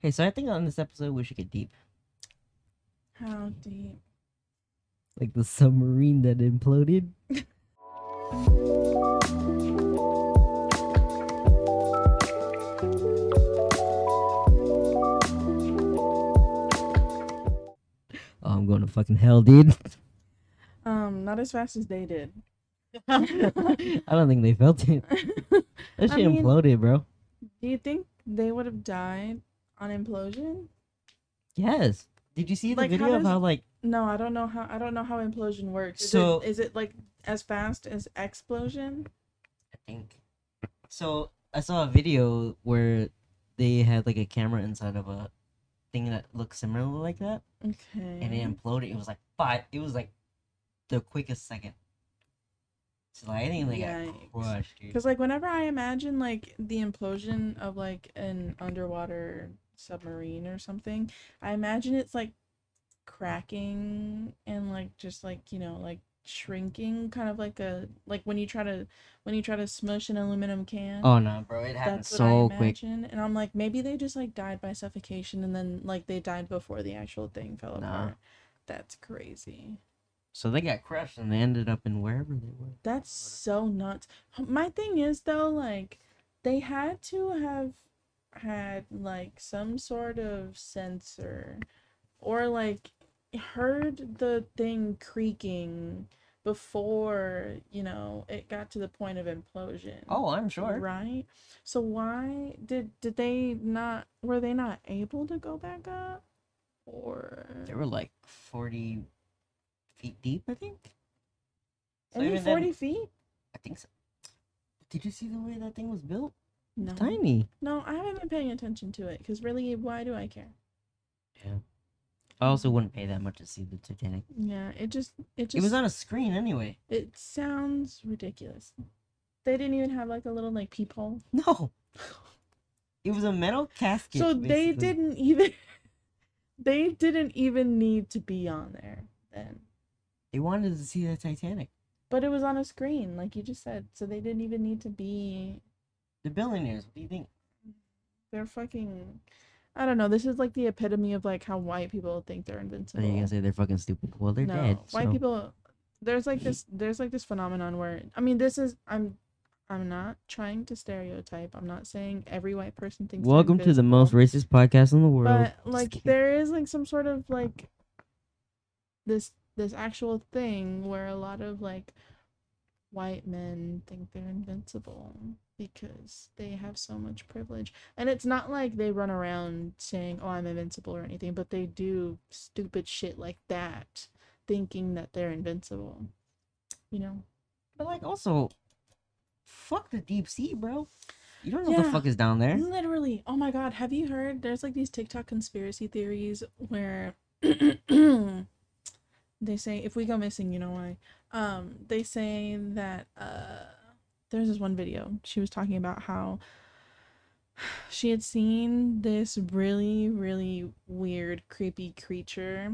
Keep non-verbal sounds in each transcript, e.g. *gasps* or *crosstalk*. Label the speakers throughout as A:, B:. A: Okay, so I think on this episode we should get deep,
B: How deep?
A: like the submarine that imploded. oh, I'm going to fucking hell,
B: *laughs*
A: dude. *laughs*
B: Um, not as fast as they did. *laughs*
A: I don't think they felt it. That
B: I
A: shit
B: mean-
A: imploded, bro.
B: Do you think they would have died on implosion?
A: Yes. Did you see the
B: Like, how
A: video of
B: does-
A: how like
B: No, I don't know how I don't know how implosion works. Is
A: So-
B: it, is it like as fast as explosion?
A: I think. So I saw a video where they had like a camera inside of a thing that looked similar like that,
B: Okay.
A: and it imploded. It was like five. It was like the quickest second. So like I think they
B: Yikes.
A: got crushed, dude.
B: Because like whenever I imagine like the implosion of like an underwater submarine or something, I imagine it's like cracking and like just like you know like shrinking, kind of like a like when you try to when you try to smush an aluminum can.
A: Oh no, bro! It happened
B: That's what
A: so
B: I
A: quick.
B: imagine, and I'm like, maybe they just like died by suffocation, and then like they died before the actual thing fell
A: Nah.
B: apart. That's crazy.
A: So they got crushed, and they ended up in wherever they were.
B: That's so nuts. My thing is though, like they had to have had like some sort of sensor, or like heard the thing creaking before you know it got to the point of implosion.
A: Oh, I'm sure.
B: Right. So why did did they not were they not able to go back up? Or
A: They were like forty feet deep, I think. So
B: only
A: even then-
B: forty feet?
A: I think so. Did you see the way that thing was built?
B: No.
A: Tiny.
B: No, I haven't been paying attention to it because really, why do I care?
A: I also wouldn't pay that much to see the Titanic.
B: Yeah, it just it just
A: it was on a screen
B: *laughs*
A: anyway.
B: it sounds ridiculous. They didn't even have like a little like peephole.
A: No. It was a metal casket.
B: so they
A: basically.
B: didn't even *laughs* they didn't even need to be on there then.
A: They wanted to see the Titanic.
B: But it was on a screen, like you just said. So they didn't even need to be
A: The billionaires. What do you think?
B: They're fucking. I don't know. This is like the epitome of like how white people think they're invincible.
A: you gonna say they're fucking stupid. Well, they're
B: no,
A: dead.
B: white
A: so-
B: people. There's like
A: *laughs*
B: this. There's like this phenomenon where I mean, this is I'm. I'm not trying to stereotype. I'm not saying every white person thinks. they're
A: Welcome to the most
B: invincible,
A: racist podcast in the world.
B: But
A: Just
B: like,
A: kidding.
B: there is like some sort of like. This this actual thing where a lot of like, white men think they're invincible because they have so much privilege. And it's not like they run around saying, "Oh, I'm invincible" or anything, but they do stupid shit like that, thinking that they're invincible. You know?
A: But like, also, fuck the deep sea, bro. You don't know what the
B: Yeah.
A: fuck is down there.
B: Literally. Oh my god, have you heard there's like these TikTok conspiracy theories where *clears throat* they say if we go missing, you know why? Um they say that uh there's this one video. She was talking about how she had seen this really really weird creepy creature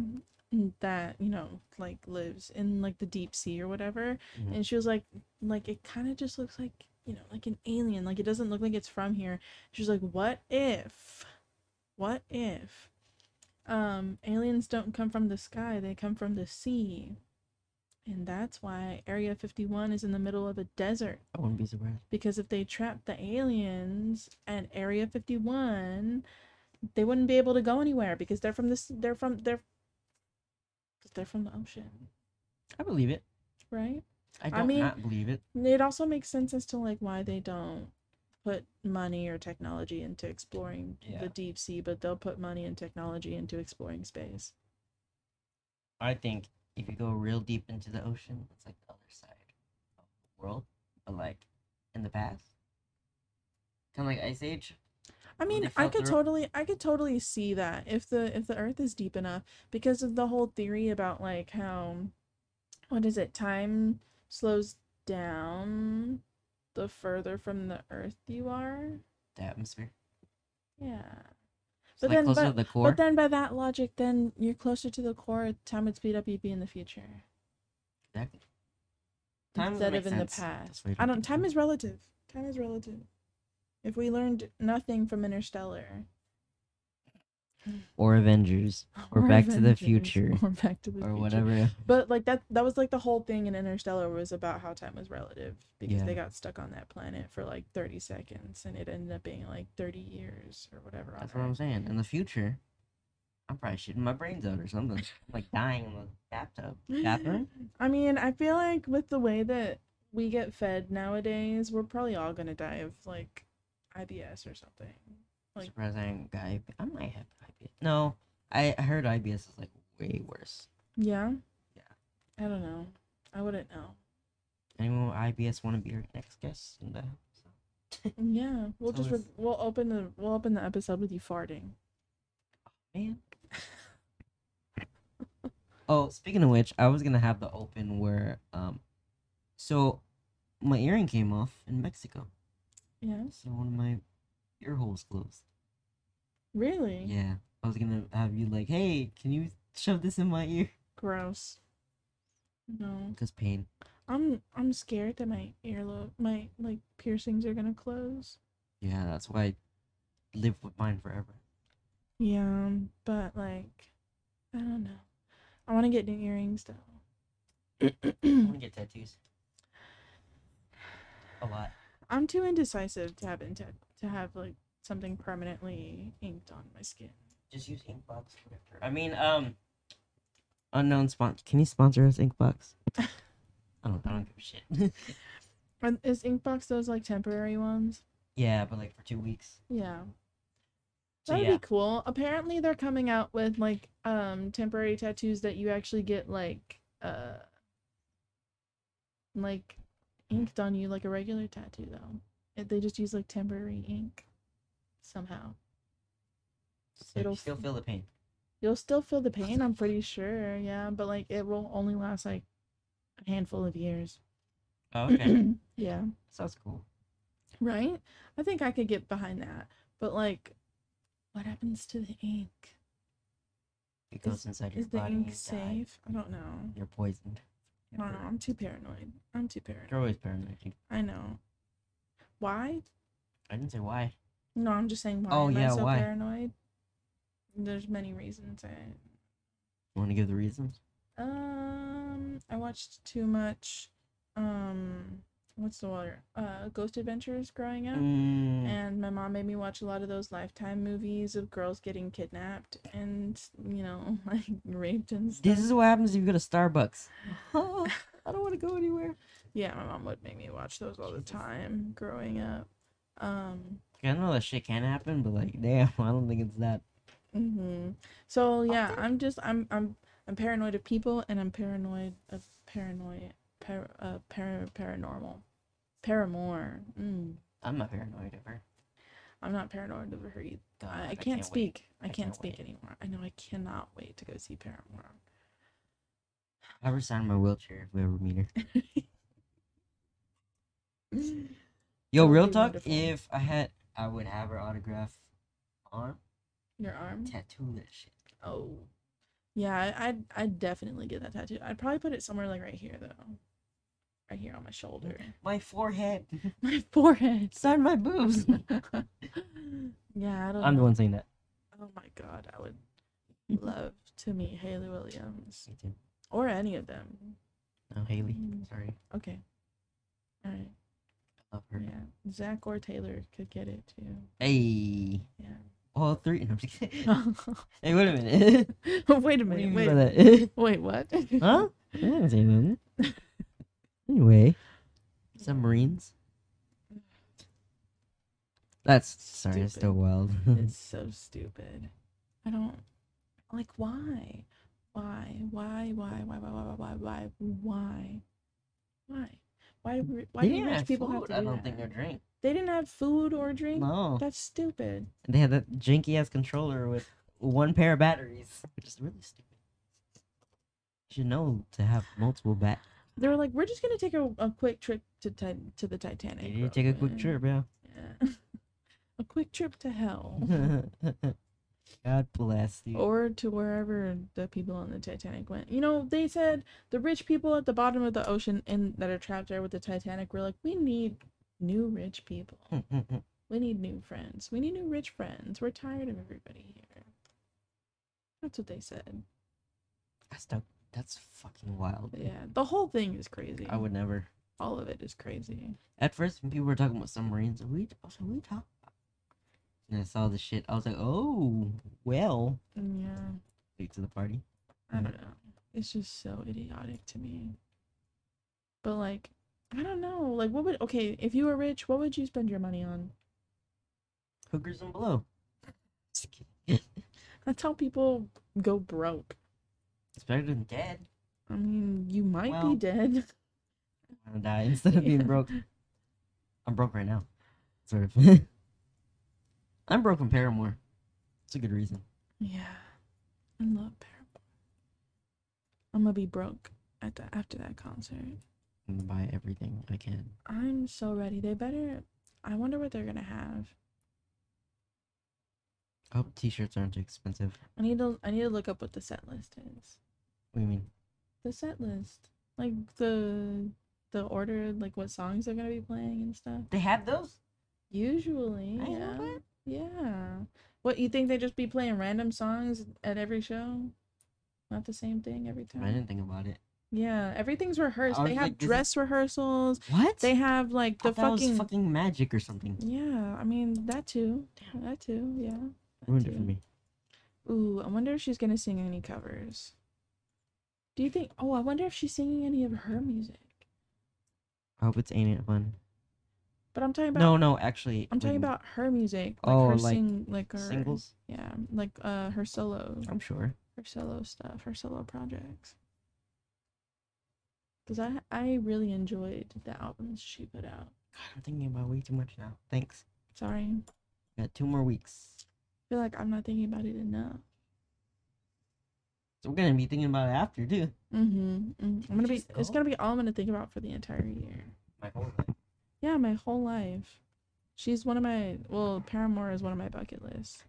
B: that, you know, like lives in like the deep sea or whatever.
A: Mhm.
B: And she was like like it kind of just looks like, you know, like an alien. Like it doesn't look like it's from here. She's like, "What if? What if um aliens don't come from the sky? They come from the sea." And that's why Area 51 is in the middle of a desert
A: I wouldn't be surprised.
B: because if they trapped the aliens at Area 51, they wouldn't be able to go anywhere because they're from this they're from they're because they're from the ocean,
A: I believe it.
B: right?
A: I don't
B: I mean,
A: not believe it.
B: It also makes sense as to like why they don't put money or technology into exploring
A: Yeah.
B: the deep sea, but they'll put money and technology into exploring space.
A: I think if you go real deep into the ocean, it's like the other side of the world, but like in the past, kind of like Ice Age.
B: I
A: Well,
B: mean,
A: they
B: I
A: felt
B: could
A: the-
B: totally, I could totally see that if the if the Earth is deep enough, because of the whole theory about like how, what is it? Time slows down the further from the Earth you are.
A: The atmosphere,
B: Yeah,
A: so
B: But
A: like
B: then-
A: closer to the core.
B: but then by that logic, then you're closer to the core. Time would speed up. You'd be in the future
A: exactly. Time doesn't
B: instead
A: make
B: of in the
A: sense. That's
B: past.
A: why you
B: I
A: don't
B: don't.
A: do
B: Time
A: it.
B: is relative. Time is relative. If we learned nothing from Interstellar,
A: or Avengers or Back to the Future
B: or Back to the
A: or
B: Future. *laughs*
A: whatever.
B: But like that that was like the whole thing in Interstellar was about how time was relative because
A: Yeah.
B: they got stuck on that planet for like 30 seconds and it ended up being like 30 years or whatever. on
A: That's what I'm
B: Earth.
A: saying. In the future, I'm probably shitting my brains out or something. I'm like dying in the
B: *laughs*
A: bathtub. Bathroom?
B: I mean, I feel like with the way that we get fed nowadays, we're probably all going to die of like IBS or something. Like-
A: Surprised I ain't got IB I might have IBS. No, I I heard IBS is like way worse.
B: Yeah?
A: Yeah.
B: I don't know. I wouldn't know.
A: Anyone with IBS want to be our next guest? in the-
B: Yeah, we'll
A: So
B: just
A: it's-
B: re- we'll open the we'll open the episode with you farting.
A: Man. oh, speaking of which, I was gonna have the open where um, so my earring came off in Mexico,
B: Yeah,
A: so one of my ear holes closed.
B: really
A: Yeah, I was gonna have you like, hey, can you shove this in my ear?
B: gross. No,
A: Cause pain.
B: I'm I'm scared that my earlobe, my like piercings are gonna close.
A: Yeah, that's why I live with mine forever.
B: Yeah, but like, I don't know. I want to get new earrings
A: I *coughs*
B: though.
A: wanna get tattoos. A lot.
B: I'm too indecisive to have into to have like something permanently inked on my skin.
A: Just use Inkbox. Whatever. I mean, um, unknown sponsor. Can you sponsor us,
B: *laughs*
A: Inkbox? I don't. I don't give a shit.
B: And is inkbox those like temporary ones?
A: yeah, but like for two weeks.
B: Yeah.
A: So,
B: That'd
A: yeah.
B: be cool. Apparently they're coming out with like um temporary tattoos that you actually get like uh like inked on you like a regular tattoo though. It- They just use like temporary ink somehow.
A: So
B: It'll
A: you still
B: f-
A: feel the pain.
B: You'll still feel the pain, I'm pretty sure. Yeah, but like it will only last like a handful of years.
A: Oh,
B: *clears throat*
A: okay,
B: yeah.
A: sounds cool.
B: Right? I think I could get behind that. But like what happens to the ink?
A: It goes
B: Is-
A: inside your
B: Is the
A: body.
B: ink
A: you die,
B: safe? I don't know.
A: You're poisoned.
B: I don't know. I'm too paranoid. I'm too paranoid.
A: You're always paranoid. dude.
B: I know. Why?
A: I didn't say why.
B: No, I'm just saying why
A: Oh,
B: am
A: yeah,
B: I so
A: why?
B: paranoid? There's many reasons I
A: Want to give the reasons?
B: um I watched too much um what's the water? Uh Ghost Adventures growing up.
A: Mm,
B: And my mom made me watch a lot of those lifetime movies of girls getting kidnapped and you know, *laughs* like raped and stuff.
A: this is what happens if you go to
B: *laughs*
A: Starbucks. I don't want to go anywhere.
B: Yeah, my mom would make me watch those all the
A: Jesus.
B: time growing up. Um,
A: I know that shit can happen, but like, damn, *laughs* I don't think it's that.
B: hmm So yeah,
A: Okay.
B: I'm just I'm I'm I'm paranoid of people and I'm paranoid of paranoid par, uh, par, paranormal. Paramore. Mm.
A: I'm not paranoid of her.
B: I'm not paranoid of her either.
A: God,
B: I, I can't,
A: wait.
B: speak. I,
A: I
B: can't,
A: can't
B: speak
A: wait.
B: anymore. I know I cannot wait to go
A: *laughs*
B: see Paramore.
A: I ever sign my wheelchair if we ever meet
B: *laughs*
A: her. Yo,
B: That would
A: real
B: be
A: talk.
B: wonderful.
A: If I had, I would have her autograph on,
B: Your arm?
A: tattoo that shit.
B: Oh. Yeah, I- I'd I'd definitely get that tattoo. I'd probably put it somewhere like right here though. Right here on my shoulder.
A: My forehead,
B: *laughs* My forehead.
A: sign my
B: *laughs*
A: boobs.
B: yeah, I don't
A: I'm the
B: know.
A: one saying that.
B: Oh my god, I would love to meet Haley Williams
A: Me too.
B: or any of them.
A: No, Haley.
B: Mm.
A: Sorry,
B: Okay. All right.
A: love her.
B: Yeah. Zach or Taylor could get it too.
A: Hey,
B: Yeah. *laughs*
A: all three. No, I'm just kidding. *laughs* hey, wait a minute.
B: wait a
A: *laughs* what do you
B: minute.
A: mean by
B: Wait.
A: that? *laughs*
B: Wait, what? *laughs*
A: huh? I didn't say nothing. Anyway, submarines. That's sorry. It's still
B: Stupid.
A: wild. *laughs*
B: It's so stupid. I don't like why? Why? Why? Why? Why? Why? Why? Why? Why? Why? Why? Why? do- Why
A: They
B: do
A: didn't
B: rich
A: have
B: people have
A: food,
B: to do
A: I don't
B: that?
A: think or drink.
B: They didn't have food or drink.
A: No,
B: That's stupid.
A: they had that janky ass controller with one pair of batteries, which is really stupid. You should know to have multiple bat.
B: They were like, we're just gonna take a, a quick trip to ti- to the Titanic.
A: You need
B: real
A: to take a quick
B: quick."
A: trip, Mm-hmm. yeah. *laughs*
B: Yeah. *laughs* a quick trip to hell,
A: God bless you.
B: or to wherever the people on the Titanic went. You know, they said the rich people at the bottom of the ocean and that are trapped there with the Titanic were like, we need new rich people. We need new friends. We need new rich friends. We're tired of everybody here. That's what they said.
A: *laughs* That's dope. That's fucking wild.
B: But yeah, the whole thing is crazy.
A: I would never.
B: All of it is crazy.
A: At first, when people were talking about submarines, are we, I was like, what are you talking about? And I saw the shit. I was like, oh, well.
B: Yeah,
A: Late to the party.
B: I don't know. It's just so idiotic to me. But like, I don't know. Like, what would okay if you were rich? What would you spend your money on?
A: Hookers and below. *laughs* Just kidding. *laughs*
B: That's how people go broke.
A: It's better than dead.
B: I mean, you might
A: Well,
B: be dead.
A: I want to die instead of being
B: Yeah.
A: broke. I'm broke right now. Sort of. *laughs* I'm broke from Paramore. It's a good reason.
B: Yeah, I love Paramore. I'm gonna be broke at the, after that concert.
A: I'm gonna buy everything I can.
B: I'm so ready. They better. I wonder what they're gonna have.
A: I hope Oh, t-shirts aren't too expensive.
B: I need to. I need to look up what the set list is.
A: What do you mean?
B: The set list, like the the order, like what songs they're gonna be playing and stuff.
A: They have those?
B: Usually,
A: I didn't
B: yeah,
A: know that.
B: yeah. What you think they just be playing random songs at every show? Not the same thing every
A: I
B: time.
A: didn't think about it.
B: Yeah, everything's rehearsed.
A: I
B: They
A: was
B: have
A: like, this is-
B: dress rehearsals.
A: What?
B: They have like
A: I
B: the
A: thought it
B: fucking,
A: was fucking magic or something.
B: yeah. I mean that too. That too. Yeah. that
A: Ruined it for
B: too.
A: me.
B: Ooh, I wonder if she's gonna sing any covers. Do you think? Oh, I wonder if she's singing any of her music.
A: I hope it's ain't it fun.
B: But I'm talking about.
A: No, no, actually.
B: I'm talking
A: when-
B: about her music. Like
A: Oh,
B: her
A: like,
B: sing, like her,
A: singles.
B: Yeah, like uh, her solo,
A: I'm sure.
B: her solo stuff, her solo projects. Cause I I really enjoyed the albums she put out.
A: God, I'm thinking about way too much now. Thanks.
B: Sorry, I
A: Got two more weeks.
B: feel like I'm not thinking about it enough.
A: So we're gonna be thinking about it after too.
B: Mm-hmm. I'm gonna be.
A: Just
B: It's
A: go.
B: gonna be all I'm gonna think about for the entire year.
A: My whole life.
B: Yeah, my whole life. She's one of my well, Paramore is one of my bucket lists.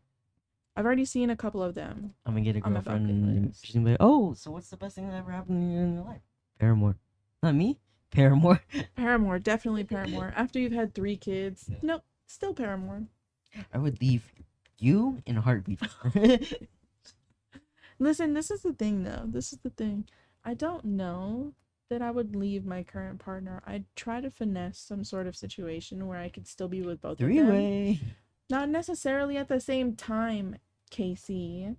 B: I've already seen a couple of them.
A: I'm gonna get a
B: On my bucket
A: girlfriend. and
B: list.
A: She's gonna be like, "Oh, so what's the best thing that ever happened to you in your life?" Paramore. Not me. Paramore. *laughs*
B: Paramore, definitely Paramore. After you've had three kids,
A: Yeah.
B: nope, still Paramore.
A: I would leave you in a heartbeat. *laughs*
B: Listen, this is the thing though. This is the thing. I don't know that I would leave my current partner. I'd try to finesse some sort of situation where I could still be with both
A: Three
B: of them.
A: way.
B: Not necessarily at the same time, Casey.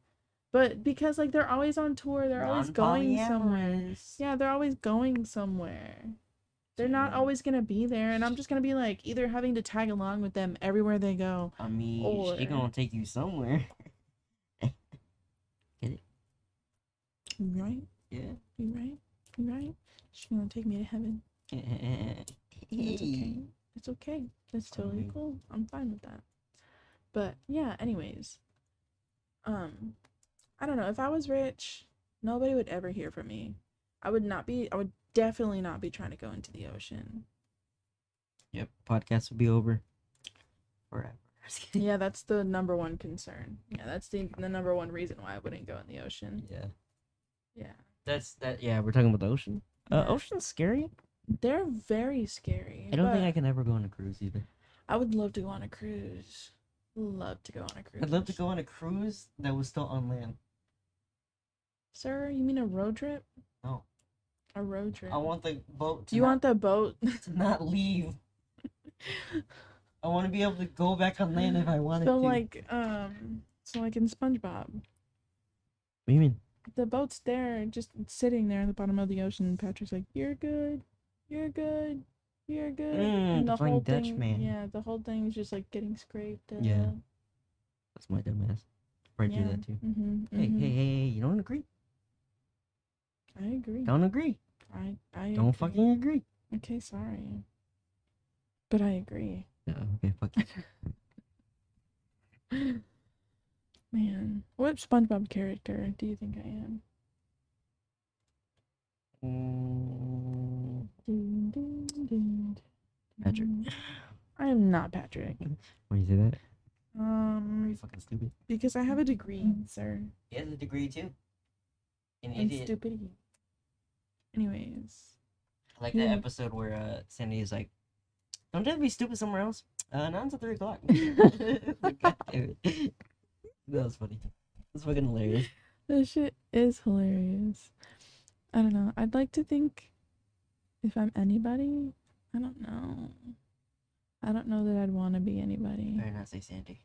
B: But because like they're always on tour, they're always going somewhere.
A: Non-polyamorous.
B: Yeah, they're always going somewhere. They're not
A: Yeah.
B: always gonna be there, and I'm just gonna be like either having to tag along with them everywhere they go.
A: I mean,
B: Or-
A: she gonna take you somewhere. *laughs*
B: You right?
A: Yeah.
B: You right? You right? She's gonna take me to heaven. It's okay.
A: Hey.
B: It's okay. That's totally
A: Fine.
B: cool. I'm fine with that. But yeah, anyways. Um I don't know. If I was rich, nobody would ever hear from me. I would not be I would definitely not be trying to go into the ocean.
A: *laughs* *laughs* Yep. Podcast will be over. Forever. *laughs*
B: Yeah, that's the number one concern. Yeah, that's the the number one reason why I wouldn't go in the ocean.
A: yeah.
B: Yeah.
A: That's that. Yeah, we're talking about the ocean. Uh,
B: Yeah.
A: Ocean's scary.
B: They're very scary.
A: I don't
B: but
A: think I can ever go on a cruise either.
B: I would love to go on a cruise. Love to go on a cruise.
A: I'd love to go on a cruise that was still on land.
B: Sir, you mean a road trip?
A: No.
B: A road trip.
A: I want the boat to,
B: you
A: not,
B: want the boat? *laughs*
A: to not leave. I want to be able to go back on land if I wanted
B: *laughs* so
A: to.
B: like um so like in SpongeBob,
A: what do you mean?
B: the boat's there just sitting there in the bottom of the ocean and Patrick's like, You're good, you're good, you're good.
A: Mm,
B: and
A: the
B: the
A: funny
B: whole
A: Dutch
B: thing,
A: man.
B: Yeah, the whole thing's just like getting scraped and
A: Yeah. That's my dumbass. Right do
B: yeah.
A: that too.
B: hmm
A: Hey, hey, hey, hey, you don't agree.
B: I agree.
A: Don't agree.
B: I I
A: Don't
B: agree.
A: fucking agree.
B: Okay, sorry. But I agree.
A: Yeah, okay, fuck *laughs* you.
B: Man, what SpongeBob character do you think I am?
A: Mm,
B: Dun, dun, dun,
A: Patrick.
B: dun. I am not Patrick.
A: Why you say that? Are you
B: Um,
A: fucking stupid?
B: because I have a degree, sir,
A: He has a degree too. An
B: in
A: idiot.
B: stupidity. Anyways,
A: Like
B: Yeah.
A: that episode where uh, Sandy is like, "Don't you have to be stupid somewhere else?" Uh, not until three *laughs*
B: *laughs*
A: o'clock. God damn it. That was funny. That's fucking hilarious.
B: This shit is hilarious. I don't know. I'd like to think if I'm anybody, I don't know. I don't know that I'd want to be anybody
A: Better not say Sandy.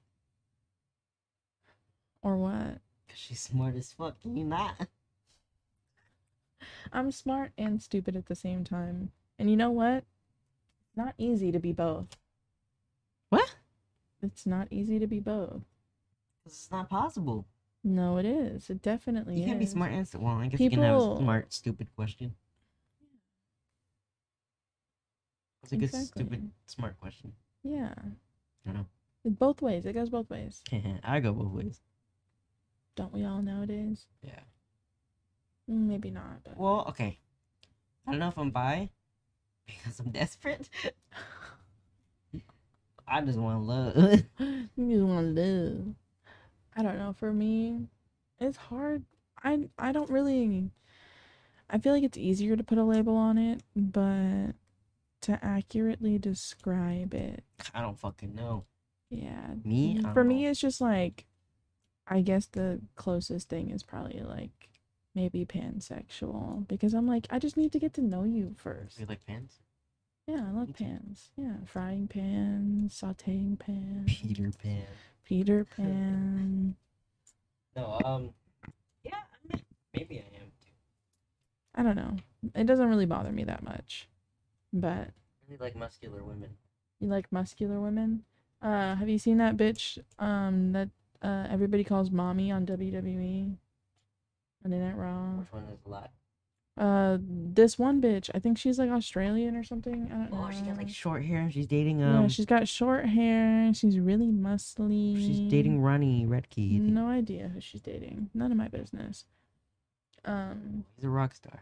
B: or what.
A: Cause she's smart as fuck. Can you not?
B: I'm smart and stupid at the same time. And you know what? Not easy to be both.
A: What?
B: It's not easy to be both.
A: 'Cause it's not possible.
B: No, it is. It definitely
A: You
B: is.
A: can't be smart and stu- well. I guess you can have a
B: People-
A: smart, stupid question. It's a good stupid,
B: Exactly.
A: smart question.
B: Yeah.
A: I know. *laughs*
B: It- Both ways. It goes both ways.
A: I go both ways.
B: Don't we all nowadays?
A: Yeah.
B: Mm, Maybe not. *laughs* But...
A: Well, okay. I don't know if I'm bi *laughs* because I'm desperate. I just want love.
B: you just want to live. I don't know. For me, it's hard. I I don't really. I feel like it's easier to put a label on it, but to accurately describe it,
A: *laughs* I don't fucking know.
B: yeah.
A: Me? I
B: Mm,
A: don't
B: For
A: know.
B: me, it's just like, I guess the closest thing is probably like maybe pansexual because I'm like I just need to get to know you first.
A: You like pants?
B: Yeah, I
A: Me
B: love
A: too.
B: pans. Yeah, frying pans, sautéing pans,
A: Peter Pan. *laughs*
B: Peter Pan.
A: No, um, yeah, I mean, maybe I am too.
B: I don't know. It doesn't really bother me that much. But
A: I really like muscular women.
B: you like muscular women? Uh, have you seen that bitch um that uh everybody calls mommy on E? WWE? Monday Night Raw.
A: Which one is a lot?
B: Uh, this one bitch. I think she's like Australian or something. I don't know.
A: Oh, she got like short hair and she's dating,
B: yeah,
A: um,
B: she's got short hair. She's really muscly.
A: she's dating Ronnie Redkey. I think.
B: No idea who she's dating. None of my business. Um,
A: He's a rock star.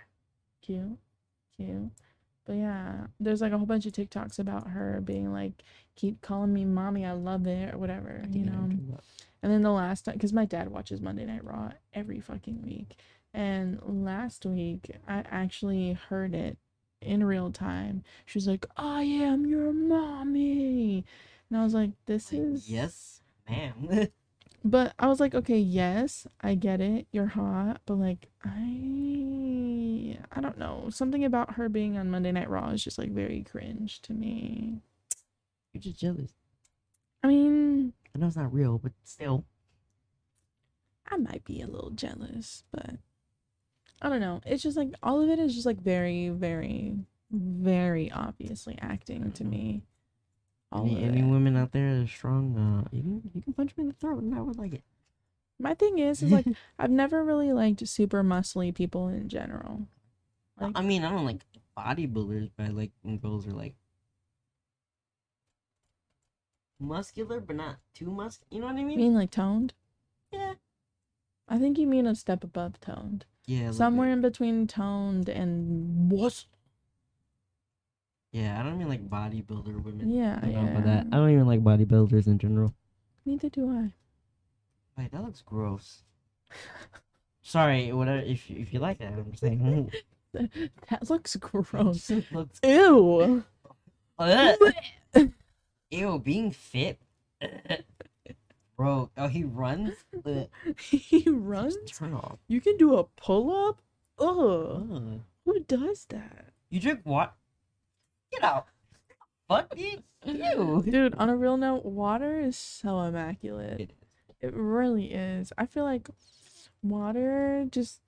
B: cute, cute. But yeah, there's like a whole bunch of TikToks about her being like, "Keep calling me mommy, I love it" or whatever,
A: I
B: you
A: think I
B: know.
A: am too, but-
B: And then the last time, because my dad watches Monday Night Raw every fucking week. And last week, I actually heard it in real time. She was like, I am your mommy. And I was like, this
A: Like,
B: is.
A: yes, ma'am. *laughs*
B: But I was like, okay, yes, I get it. You're hot. But like, I. I don't know. Something about her being on Monday Night Raw is just like very cringe to me.
A: You're just jealous.
B: I mean,
A: I know it's not real, but still.
B: I might be a little jealous, but I don't know. It's just like all of it is just like very, very, very obviously acting to me. All
A: Any,
B: of
A: any
B: it.
A: women out there that are strong, uh, you can you can punch me in the throat and I would like it.
B: My thing is, is like I've never really liked super muscly people in general. Like,
A: I mean, I don't like bodybuilders, but I like when girls are like muscular, but not too muscular. You know what I
B: I
A: mean?
B: mean, like toned.
A: yeah.
B: I think you mean a step above toned,
A: Yeah. a little
B: somewhere
A: bit.
B: in between toned and what?
A: Yeah, I don't mean like bodybuilder women.
B: Yeah,
A: I don't know
B: yeah.
A: about that. I don't even like bodybuilders in general.
B: Neither do I.
A: Wait, that looks gross. *laughs* Sorry, whatever. If you- if you like that, I'm *laughs* saying.
B: *laughs* That looks gross.
A: It *laughs* looks.
B: *laughs* Ew.
A: Ew, being fit. *laughs* Bro, oh, he runs. Ugh.
B: he
A: Just
B: runs.
A: Turn off.
B: You can do a pull up? Ugh.
A: Ugh.
B: Who does that?
A: You drink what? Get out. Fuck you. Ew. *laughs*
B: Dude, on a real note, water is so immaculate. It,
A: It-
B: really is. I feel like water just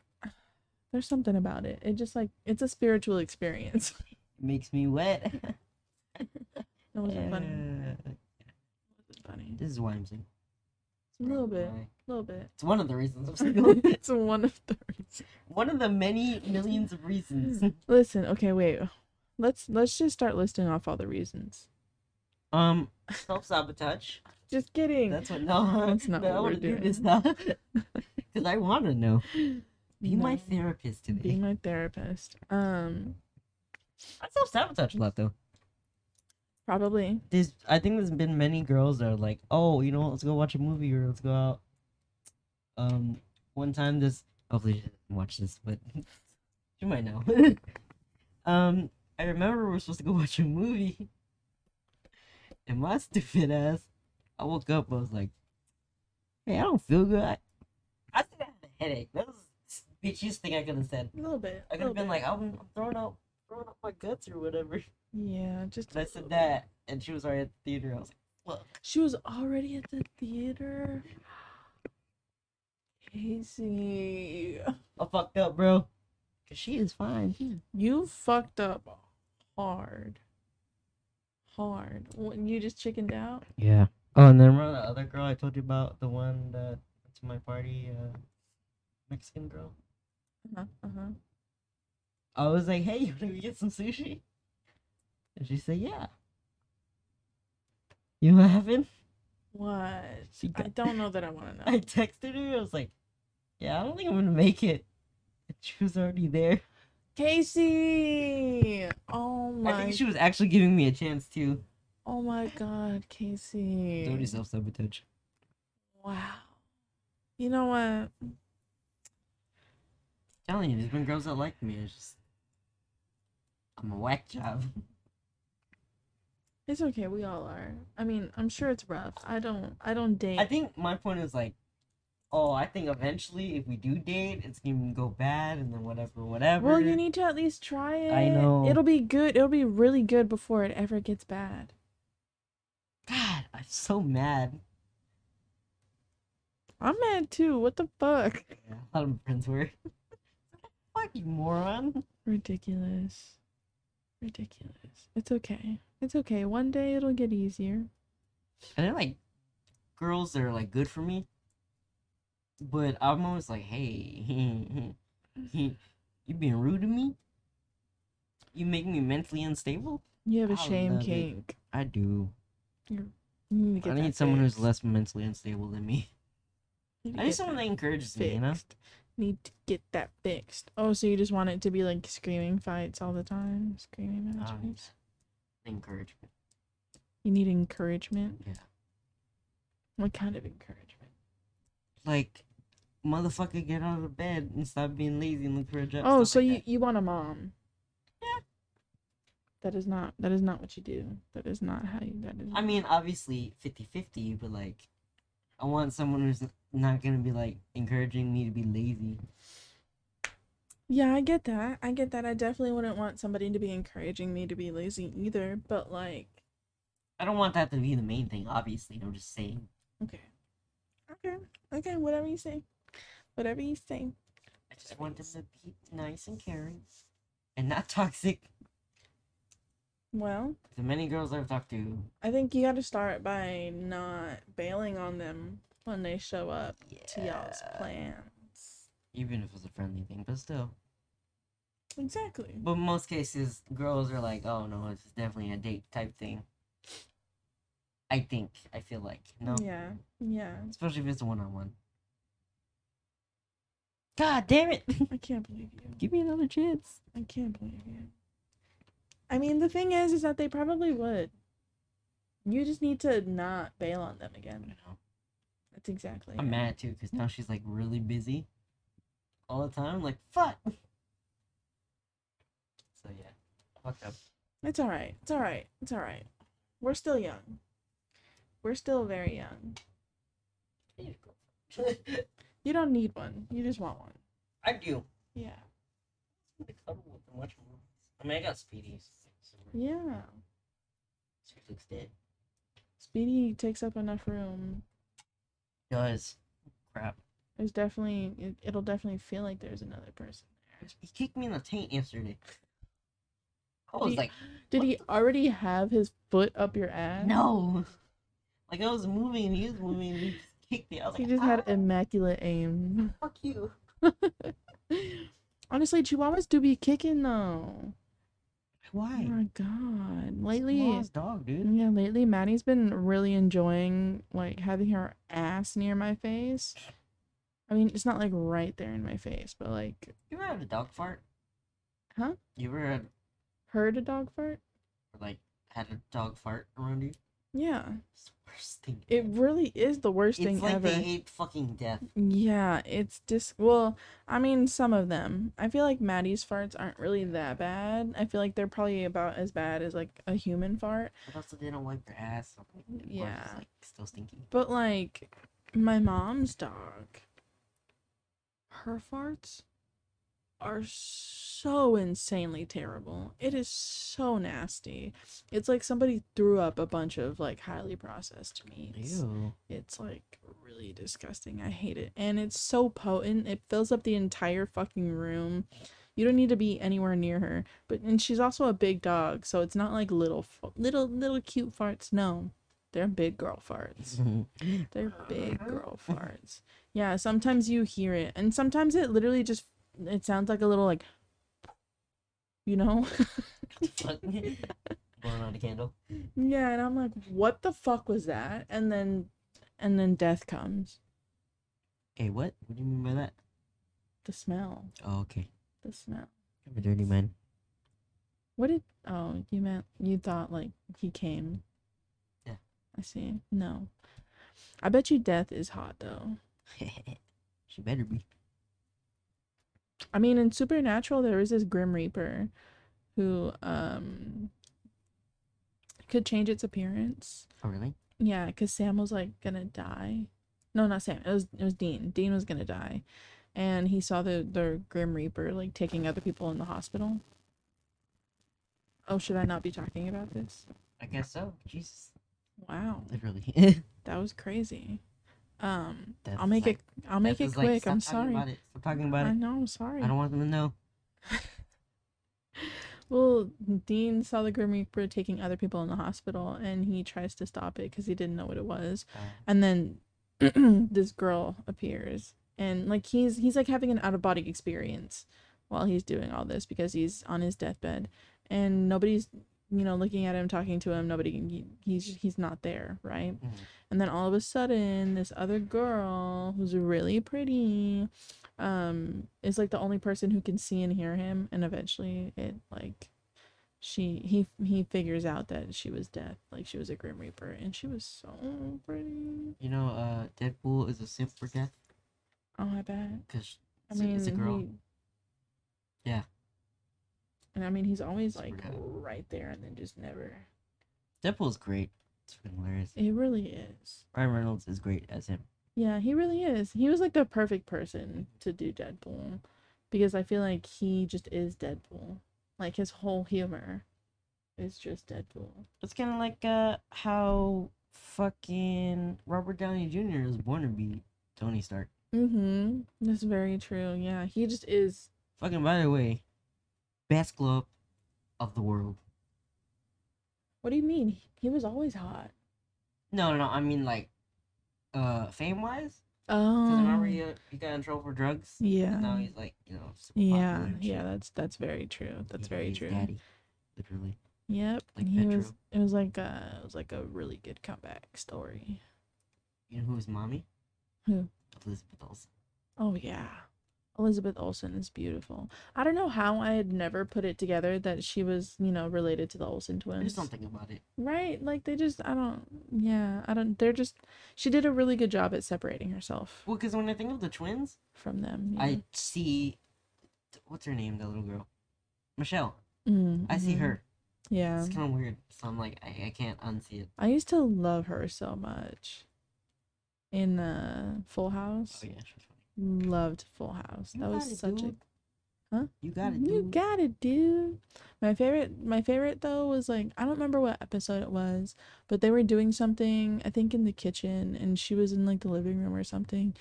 B: *sighs* there's something about it. It just like it's a spiritual experience. *laughs*
A: makes me wet. *laughs*
B: That wasn't funny. It
A: Uh,
B: wasn't funny.
A: This is why I'm single.
B: It's a little bit.
A: Why?
B: A little bit.
A: It's one of the reasons I'm single. *laughs*
B: *laughs* it's one of the reasons.
A: one of the many millions of reasons.
B: Listen, okay, wait. Let's let's just start listing off all the reasons.
A: Um, self sabotage.
B: Just kidding.
A: That's
B: *laughs*
A: what. No,
B: That's not
A: no,
B: what
A: I
B: we're
A: want to do
B: doing.
A: this *laughs* now. Because I want to know. Be my
B: No.
A: therapist today.
B: Be my therapist. Um,
A: I self sabotage a lot though.
B: probably.
A: There's, I think there's been many girls that are like, oh, you know, what, let's go watch a movie or let's go out. Um, one time this, hopefully she didn't watch this, but *laughs* she might know. *laughs* um, I remember we were supposed to go *laughs* watch a movie, and my stupid ass, I woke up, I was like, hey, I don't feel good. I, I think I had a headache. That was the bitchiest thing I could have said.
B: A little bit.
A: I could
B: little
A: have been
B: bit.
A: like, I'm, I'm throwing out, throwing out my guts or whatever.
B: yeah, just.
A: But I
B: a
A: said
B: little bit.
A: that, and she was already at the theater. I was like, fuck.
B: She was already at the theater. Casey,
A: I fucked up, bro. Cause she is fine.
B: you fucked up hard. Hard. When you just chickened out.
A: Yeah. Oh, and then remember the other girl I told you about, the one that went to my party, uh, Mexican girl.
B: Uh huh. Uh-huh.
A: I was like, "Hey, *laughs* you wanna get some sushi?" And she said, "Yeah." You know what happened? *laughs*
B: What?
A: She
B: I
A: got-
B: don't know that I want to know.
A: *laughs* I texted her. I was like, "Yeah, I don't think I'm gonna make it." And she was already there.
B: Casey. Oh
A: I
B: my.
A: think she was actually giving me a chance too.
B: Oh my God, Casey.
A: Don't do self sabotage.
B: Wow. You know what?
A: Telling you, there's been girls that like me. It's just, I'm a whack job.
B: It's okay. We all are. I mean, I'm sure it's rough. I don't. I don't date.
A: I think my point is like, oh, I think eventually if we do date, it's gonna go bad and then whatever, whatever.
B: Well, you need to at least try it.
A: I know.
B: It'll be good. It'll be really good before it ever gets bad.
A: God, I'm so mad.
B: I'm mad too. What the fuck?
A: Yeah, a lot of my friends were. *laughs* Fuck you, moron.
B: Ridiculous. Ridiculous. It's okay. It's okay. One day it'll get easier.
A: And they're like girls that are like good for me, but I'm always like, hey, *laughs* you being rude to me. You make me mentally unstable.
B: You have a
A: I
B: shame
A: love it.
B: kink.
A: I do.
B: You need to get
A: I
B: that
A: need someone who's
B: fixed.
A: less mentally unstable than me.
B: You need to
A: I need
B: get
A: someone that
B: that
A: encourages me, you know?
B: fixed. Need to get that fixed. Oh, so you just want it to be like screaming fights all the time? Screaming
A: I
B: matches?
A: don't need Um, encouragement.
B: You need encouragement?
A: Yeah.
B: What kind of encouragement?
A: Like, motherfucker, get out of bed and stop being lazy and look for a job.
B: oh,
A: stuff
B: so
A: like
B: you
A: that.
B: you want a mom? Yeah. That is not that is not what you do. That is not how you. That is.
A: I mean, obviously 50 50, but like, I want someone who's not gonna be like encouraging me to be lazy.
B: Yeah, I get that. I get that. I definitely wouldn't want somebody to be encouraging me to be lazy either. But like,
A: I don't want that to be the main thing, obviously. I'm just saying.
B: okay, okay, okay. Whatever you say, whatever you say.
A: I just want them to be nice and caring and not *laughs* toxic.
B: Well,
A: The many girls I've talked to,
B: I think you got to start by not bailing on them when they show up to y'all's
A: Yeah.
B: plans.
A: even if it's a friendly thing, but still.
B: Exactly.
A: But most cases, girls are like, "Oh no, this is definitely a date type thing." I think I feel like no,
B: Yeah. Yeah.
A: especially if it's a one-on-one. God damn it! *laughs*
B: I can't believe you.
A: Give me another chance.
B: I can't believe you. I mean, the thing is, is that they probably would. You just need to not bail on them
A: I
B: again.
A: know.
B: That's exactly.
A: I'm
B: it.
A: mad too because now she's like really busy all the time. I'm like, fuck. So yeah, fucked up. *laughs*
B: It's all right. It's all right. It's all right. We're still young. We're still very young.
A: I need a girlfriend.
B: You don't need one. You just want one.
A: I do.
B: Yeah.
A: I'm gonna cuddle with and watch movies. I mean, I got Speedy. So
B: Yeah.
A: she looks dead.
B: Speedy takes up enough room.
A: Does Oh, crap.
B: There's definitely it, it'll definitely feel like there's another person.
A: He kicked me in the taint yesterday. I
B: Did
A: was
B: he-
A: like,
B: Did
A: What
B: he already have his foot up your ass?
A: no. Like I was moving and he was moving and he just kicked me. I was
B: He
A: like,
B: just had
A: "Ah,
B: immaculate aim. *laughs*
A: fuck you.
B: Honestly, Chihuahuas do be kicking though. Oh
A: Why?
B: my god. Lately, Mm.
A: Smallest dog, dude.
B: yeah, lately Maddie's been really enjoying like having her ass near my face. I mean, it's not like right there in my face, but like
A: You ever had a dog fart?
B: Huh?
A: You ever had
B: heard a dog fart.
A: like had a dog fart around you?
B: Yeah,
A: It's the worst thing.
B: it really is the worst
A: it's
B: thing
A: like
B: ever.
A: they hate fucking death.
B: Yeah, it's dis. Well, I mean, some of them. I feel like Maddie's farts aren't really that bad. I feel like they're probably about as bad as like a human fart.
A: But also they don't wipe their ass. So like, of course, it's,
B: Yeah.
A: like still stinky.
B: But like my mom's dog, her farts are so insanely terrible. It is so nasty. It's like somebody threw up a bunch of like highly processed
A: *laughs*
B: meats.
A: Ew.
B: It's like really disgusting. I hate it. And it's so potent. It fills up the entire fucking room. You don't need to be anywhere near her. But and she's also a big dog, so it's not like little f- little little cute farts. No. They're big girl farts.
A: *laughs*
B: They're big girl farts. Yeah, sometimes you hear it, and sometimes it literally just it sounds like a little like, *laughs* you know.
A: *laughs* Fuck. Blowing out a candle.
B: yeah, and I'm like, what the fuck was that? And then, and then death comes.
A: Hey, what? What do you mean by that?
B: The smell.
A: Oh, okay.
B: The smell.
A: I'm a dirty *laughs* man.
B: What did? Oh, you meant you thought like he came.
A: Yeah.
B: I see. No. I bet you death is hot though.
A: she better be.
B: I mean, in Supernatural, there was this Grim Reaper who um could change its appearance.
A: Oh, really?
B: Yeah, because Sam was like gonna die. No, not Sam. It was it was Dean. Dean was gonna die, and he saw the the Grim Reaper like taking other people in the hospital. Oh, should I not be talking about this?
A: I guess so. Jesus.
B: Wow,
A: Literally. *laughs*
B: that was crazy. Um,
A: Death
B: I'll
A: is
B: make
A: like-
B: it. I'll make
A: Beth
B: it
A: was like,
B: quick. I'm
A: "Stop talking
B: sorry.
A: About it. Stop talking about
B: I
A: it.
B: know. I'm sorry.
A: I don't want them to know.
B: Well, Dean saw the Grim Reaper taking other people in the hospital, and he tries to stop it because he didn't know what it was.
A: Uh,
B: And then *clears throat* this girl appears, and like he's he's like having an out of body experience while he's doing all this because he's on his deathbed, and nobody's you know looking at him, talking to him. Nobody, he, he's he's not there, right?
A: Mhm.
B: And then all of a sudden, this other girl who's really pretty, um, is like the only person who can see and hear him. And eventually, it like, she he he figures out that she was death, like she was a grim reaper, and she was so pretty.
A: you know, uh, Deadpool is a simp for death
B: Oh, I bet.
A: because
B: I
A: it's, a-
B: mean,
A: it's a girl.
B: he-
A: Yeah.
B: And I mean, he's always
A: Super
B: like
A: death.
B: right there, and then just never.
A: Deadpool's great. It's fucking hilarious.
B: It really is.
A: Ryan Reynolds is great as him.
B: Yeah, he really is. He was like the perfect person to do Deadpool because I feel like he just is Deadpool. Like his whole humor is just Deadpool.
A: It's kind of like uh, how fucking Robert Downey Jr. is born to be Tony Stark.
B: Mhm. That's very true. Yeah, he just is
A: Fucking by the way, best glove of the world.
B: What do you mean? He- He was always hot.
A: No, no, no. I mean like, uh, fame wise. Because remember
B: Oh.
A: he, uh, he got in trouble for drugs. And now
B: Yeah.
A: he's like you know. super popular
B: Yeah,
A: and shit.
B: yeah, that's that's very true. That's
A: Yeah,
B: very
A: he's
B: true.
A: Daddy, literally.
B: Yep.
A: Like
B: he
A: Metro.
B: was it was like a it was like a really good comeback story.
A: You know who his mommy?
B: Who?
A: Elizabeth Olsen.
B: Oh yeah. Elizabeth Olsen is beautiful. I don't know how I had never put it together that she was, you know, related to the Olsen
A: There's
B: twins.
A: something about it.
B: Right? Like they just I don't yeah, I don't they're just she did a really good job at separating herself
A: Well, because when I think of the twins,
B: from them. yeah.
A: I see, what's her name? That little girl, Michelle.
B: Mm,
A: I see
B: mhm.
A: her.
B: Yeah.
A: It's kind of weird. So I'm like, I, I can't unsee it.
B: I used to love her so much. In uh Full House.
A: Oh yeah, she's funny.
B: Loved Full House.
A: You
B: that
A: got
B: was
A: it,
B: such a
A: dude. You got it,
B: You
A: dude.
B: got it, dude. My favorite, my favorite though was like I don't remember what episode it was, but they were doing something I think in the kitchen, and she was in like the living room or something,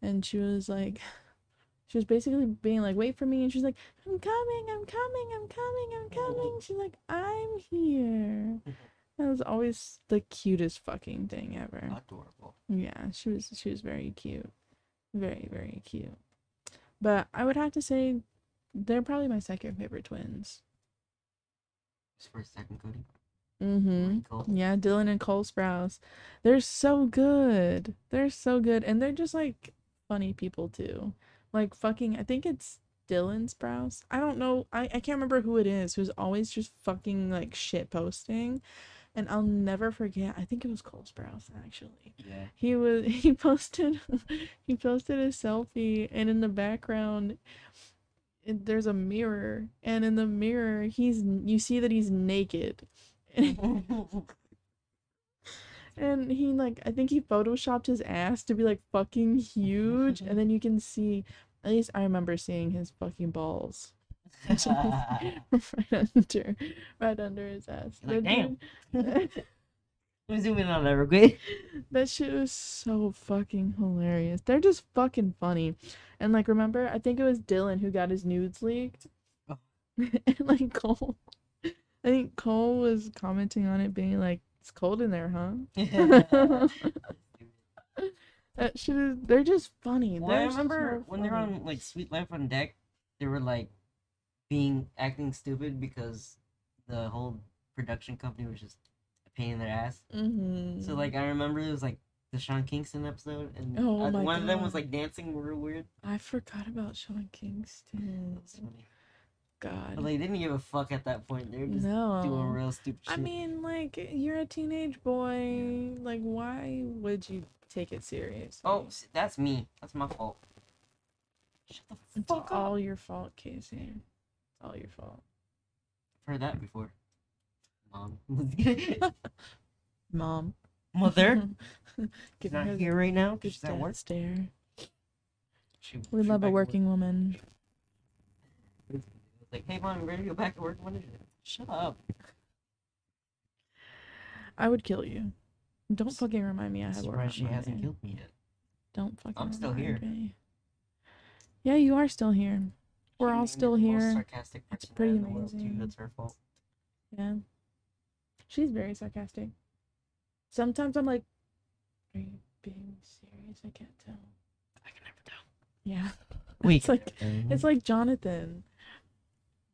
B: and she was like, *laughs* she was basically being like, "Wait for me," and she's like, "I'm coming, I'm coming, I'm coming, I'm coming." She's like, "I'm here."
A: Mm-hmm.
B: That was always the cutest fucking thing ever.
A: Adorable.
B: Yeah, she was she was very cute. Very, very cute. But I would have to say they're probably my second favorite twins.
A: Just for a second, Cody.
B: Mm-hmm.
A: Cool.
B: Yeah, Dylan and Cole Sprouse. They're so good. They're so good. And they're just like funny people too. Like fucking I think it's Dylan Sprouse. I don't know. I, I can't remember who it is who's always just fucking like shit posting. And I'll never forget. I think it was Cole Sprouse actually.
A: Yeah. *laughs*
B: he was *laughs* he posted he posted a selfie and in the background it, there's a mirror and in the mirror he's you see that he's naked
A: Mm-hmm.
B: *laughs* and he like i think he photoshopped his ass to be like fucking huge and then you can see At least I remember seeing his fucking balls. *laughs* right under right under his ass.
A: You're like,
B: That *laughs* dude-
A: Let me zoom in on that real
B: *laughs*
A: quick.
B: That shit was so fucking hilarious. They're just fucking funny. And like remember, I think it was Dylan who got his nudes leaked.
A: Oh.
B: *laughs* and like Cole I think Cole was commenting on it being like, It's cold in there, huh? That shit is they're just funny.
A: Well, I
B: They're
A: remember
B: so
A: when they were
B: funny.
A: on like Sweet Life on Deck, they were like being acting stupid because the whole production company was just a pain in their ass. So
B: Mhm.
A: like I remember it was like the Sean Kingston episode, and
B: Oh
A: uh,
B: my
A: one of them was
B: God.
A: like dancing real weird.
B: I forgot about Sean Kingston.
A: It was funny. But
B: God.
A: like they didn't give a fuck at that point. They were just doing
B: no.
A: real stupid shit.
B: I mean, like, you're a teenage boy. Like, why would you take it serious?
A: oh, s- that's me. That's my fault. Shut the
B: It's
A: fuck up.
B: all your fault, Casey. It's all your fault.
A: I've heard that before. Mom, *laughs*
B: *laughs* Mom.
A: mother, she's
B: Give her
A: not
B: the
A: here right now. 'cause
B: good
A: She's at work.
B: stare.
A: She,
B: We
A: she
B: love a
A: back at work.
B: working woman.
A: It's like, hey, mom, you ready to go back to work? When is it? Shut up.
B: I would kill you. Don't fucking remind me I
A: I'm
B: have work on
A: surprised she hasn't
B: Monday.
A: killed me yet.
B: Don't fucking
A: I'm still
B: remind
A: here.
B: me. Yeah, you are still here. We're
A: She
B: all
A: made me
B: still
A: the most
B: here.
A: sarcastic
B: It's
A: person
B: pretty
A: in the world, too.
B: amazing.
A: That's her fault.
B: Yeah. She's very sarcastic. Sometimes I'm like, are you being serious? I can't tell.
A: I can never tell.
B: Yeah. *laughs*
A: Wait. Um,
B: It's like It's like Jonathan.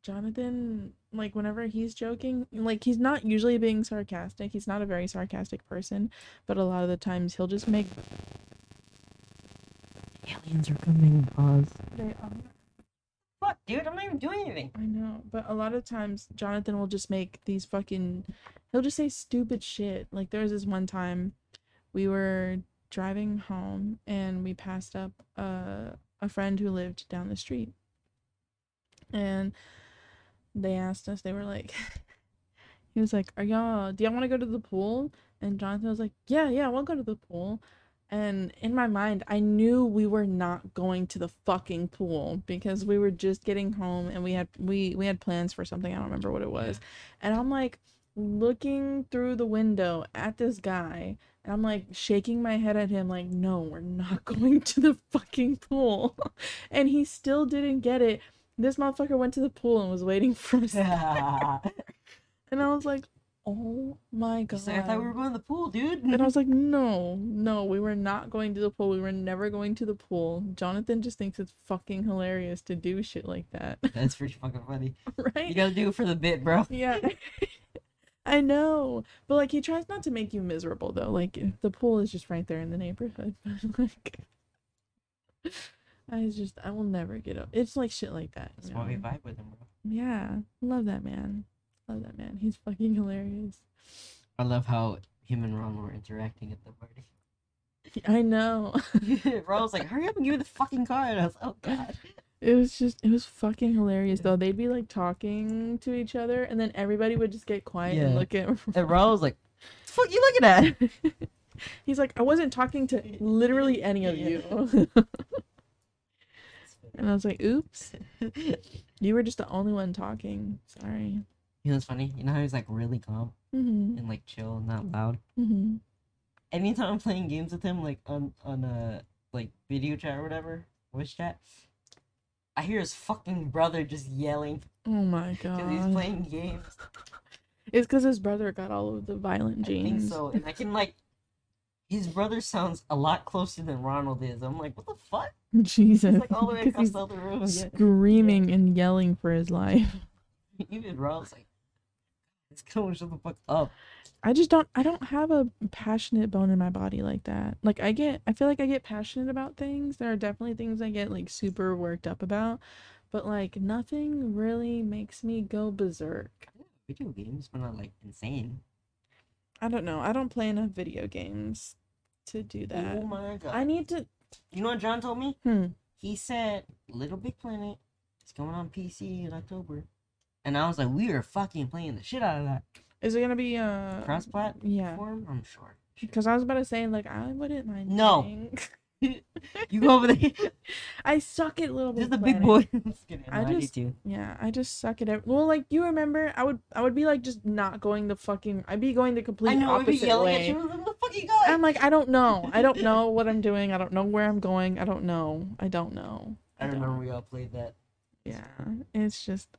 B: Jonathan, like whenever he's joking, like he's not usually being sarcastic. He's not a very sarcastic person, but a lot of the times he'll just make
A: aliens are coming. Pause.
B: they are.
A: Fuck, dude, I'm not even doing anything. *laughs*
B: I know, but a lot of times Jonathan will just make these fucking he'll just say stupid shit. Like there was this one time we were driving home and we passed up a a friend who lived down the street. And they asked us, they were like he was like, Are y'all do y'all wanna go to the pool? And Jonathan was like, Yeah, yeah, we'll go to the pool. And in my mind, I knew we were not going to the fucking pool because we were just getting home and we had we we had plans for something. I don't remember what it was. And I'm like looking through the window at this guy and I'm like shaking my head at him like, "No, we're not *laughs* going to the fucking pool." *laughs* and he still didn't get it. This motherfucker went to the pool and was waiting for us. And I was like, "Oh my god."
A: She's like, I thought we were *laughs* going to the pool, dude.
B: And I was like, no, no, we were not going to the pool. We were never going to the pool. Jonathan just thinks it's fucking hilarious to do shit like that,
A: *laughs*
B: *laughs*
A: That's pretty fucking funny. You
B: right?
A: gotta do it for the bit, bro.
B: *laughs* Yeah. I know. But like, he tries not to make you miserable, though. Like, the pool is just right there in the neighborhood. *laughs* But like, I just, I will never get up. It's like shit like that.
A: That's
B: you
A: why we
B: know?
A: vibe with him, bro.
B: Yeah. Love that man. Love that man. He's fucking hilarious.
A: I love how him and Ron were interacting at the party.
B: I know.
A: *laughs* Ron was like, hurry up and give me the fucking car. And I was oh, God.
B: It was just, it was fucking hilarious though. They'd be like talking to each other, and then everybody would just get quiet and
A: Yeah.
B: look at. *laughs*
A: And Ron was like, the fuck you looking at? *laughs*
B: He's like, I wasn't talking to literally any of you. *laughs* and I was like, oops,
A: *laughs* you
B: you were just the only one talking. Sorry.
A: know what's funny? You know how he's like really calm
B: Mm-hmm.
A: and like chill and not loud?
B: Mm-hmm.
A: Anytime I'm playing games with him, like on on uh like video chat or whatever, voice chat, I hear his fucking brother just yelling
B: Oh my
A: because he's
B: god.
A: playing games.
B: It's because his brother got all of the violent
A: I think
B: genes.
A: so, and I can like. His brother sounds a lot closer than Ronald is. I'm like, what the fuck?
B: *laughs* Jesus.
A: He's like all the way
B: *laughs* 'Cause
A: across
B: he's
A: the other room. Yeah.
B: screaming and yelling for his life.
A: *laughs* Even Ronald's like, it's going shut the fuck up.
B: I just don't I don't have a passionate bone in my body like that. Like I get I feel like I get passionate about things. There are definitely things I get like super worked up about, but like nothing really makes me go berserk.
A: Video games, but not like insane.
B: I don't know. I don't play enough video games to do
A: Oh
B: that.
A: my god.
B: I need to
A: You know what John told me?
B: Hmm.
A: He said Little Big Planet is coming on PC in October. And I was like, we are fucking playing the shit out of that.
B: Is it going to be uh
A: Cross platform?
B: yeah.
A: I'm sure.
B: Cuz I was about to say like I wouldn't mind
A: No.
B: playing. *laughs*
A: you go over there.
B: I suck at Little Big
A: Just the
B: Planet.
A: big boy. *laughs* Just kidding,
B: I
A: no, do
B: just-
A: too.
B: Yeah, I just suck at it. Well, like you remember, I would I would be like just not going the fucking. I'd be going the
A: I
B: complete
A: know. I'd be
B: opposite
A: yelling
B: way.
A: at you. Like, what the fuck you got?
B: I'm like, I don't know.
A: *laughs*
B: I don't know what I'm doing. I don't know where I'm going. I don't know. I don't know.
A: I remember we all played that. *laughs*
B: Yeah, it's just.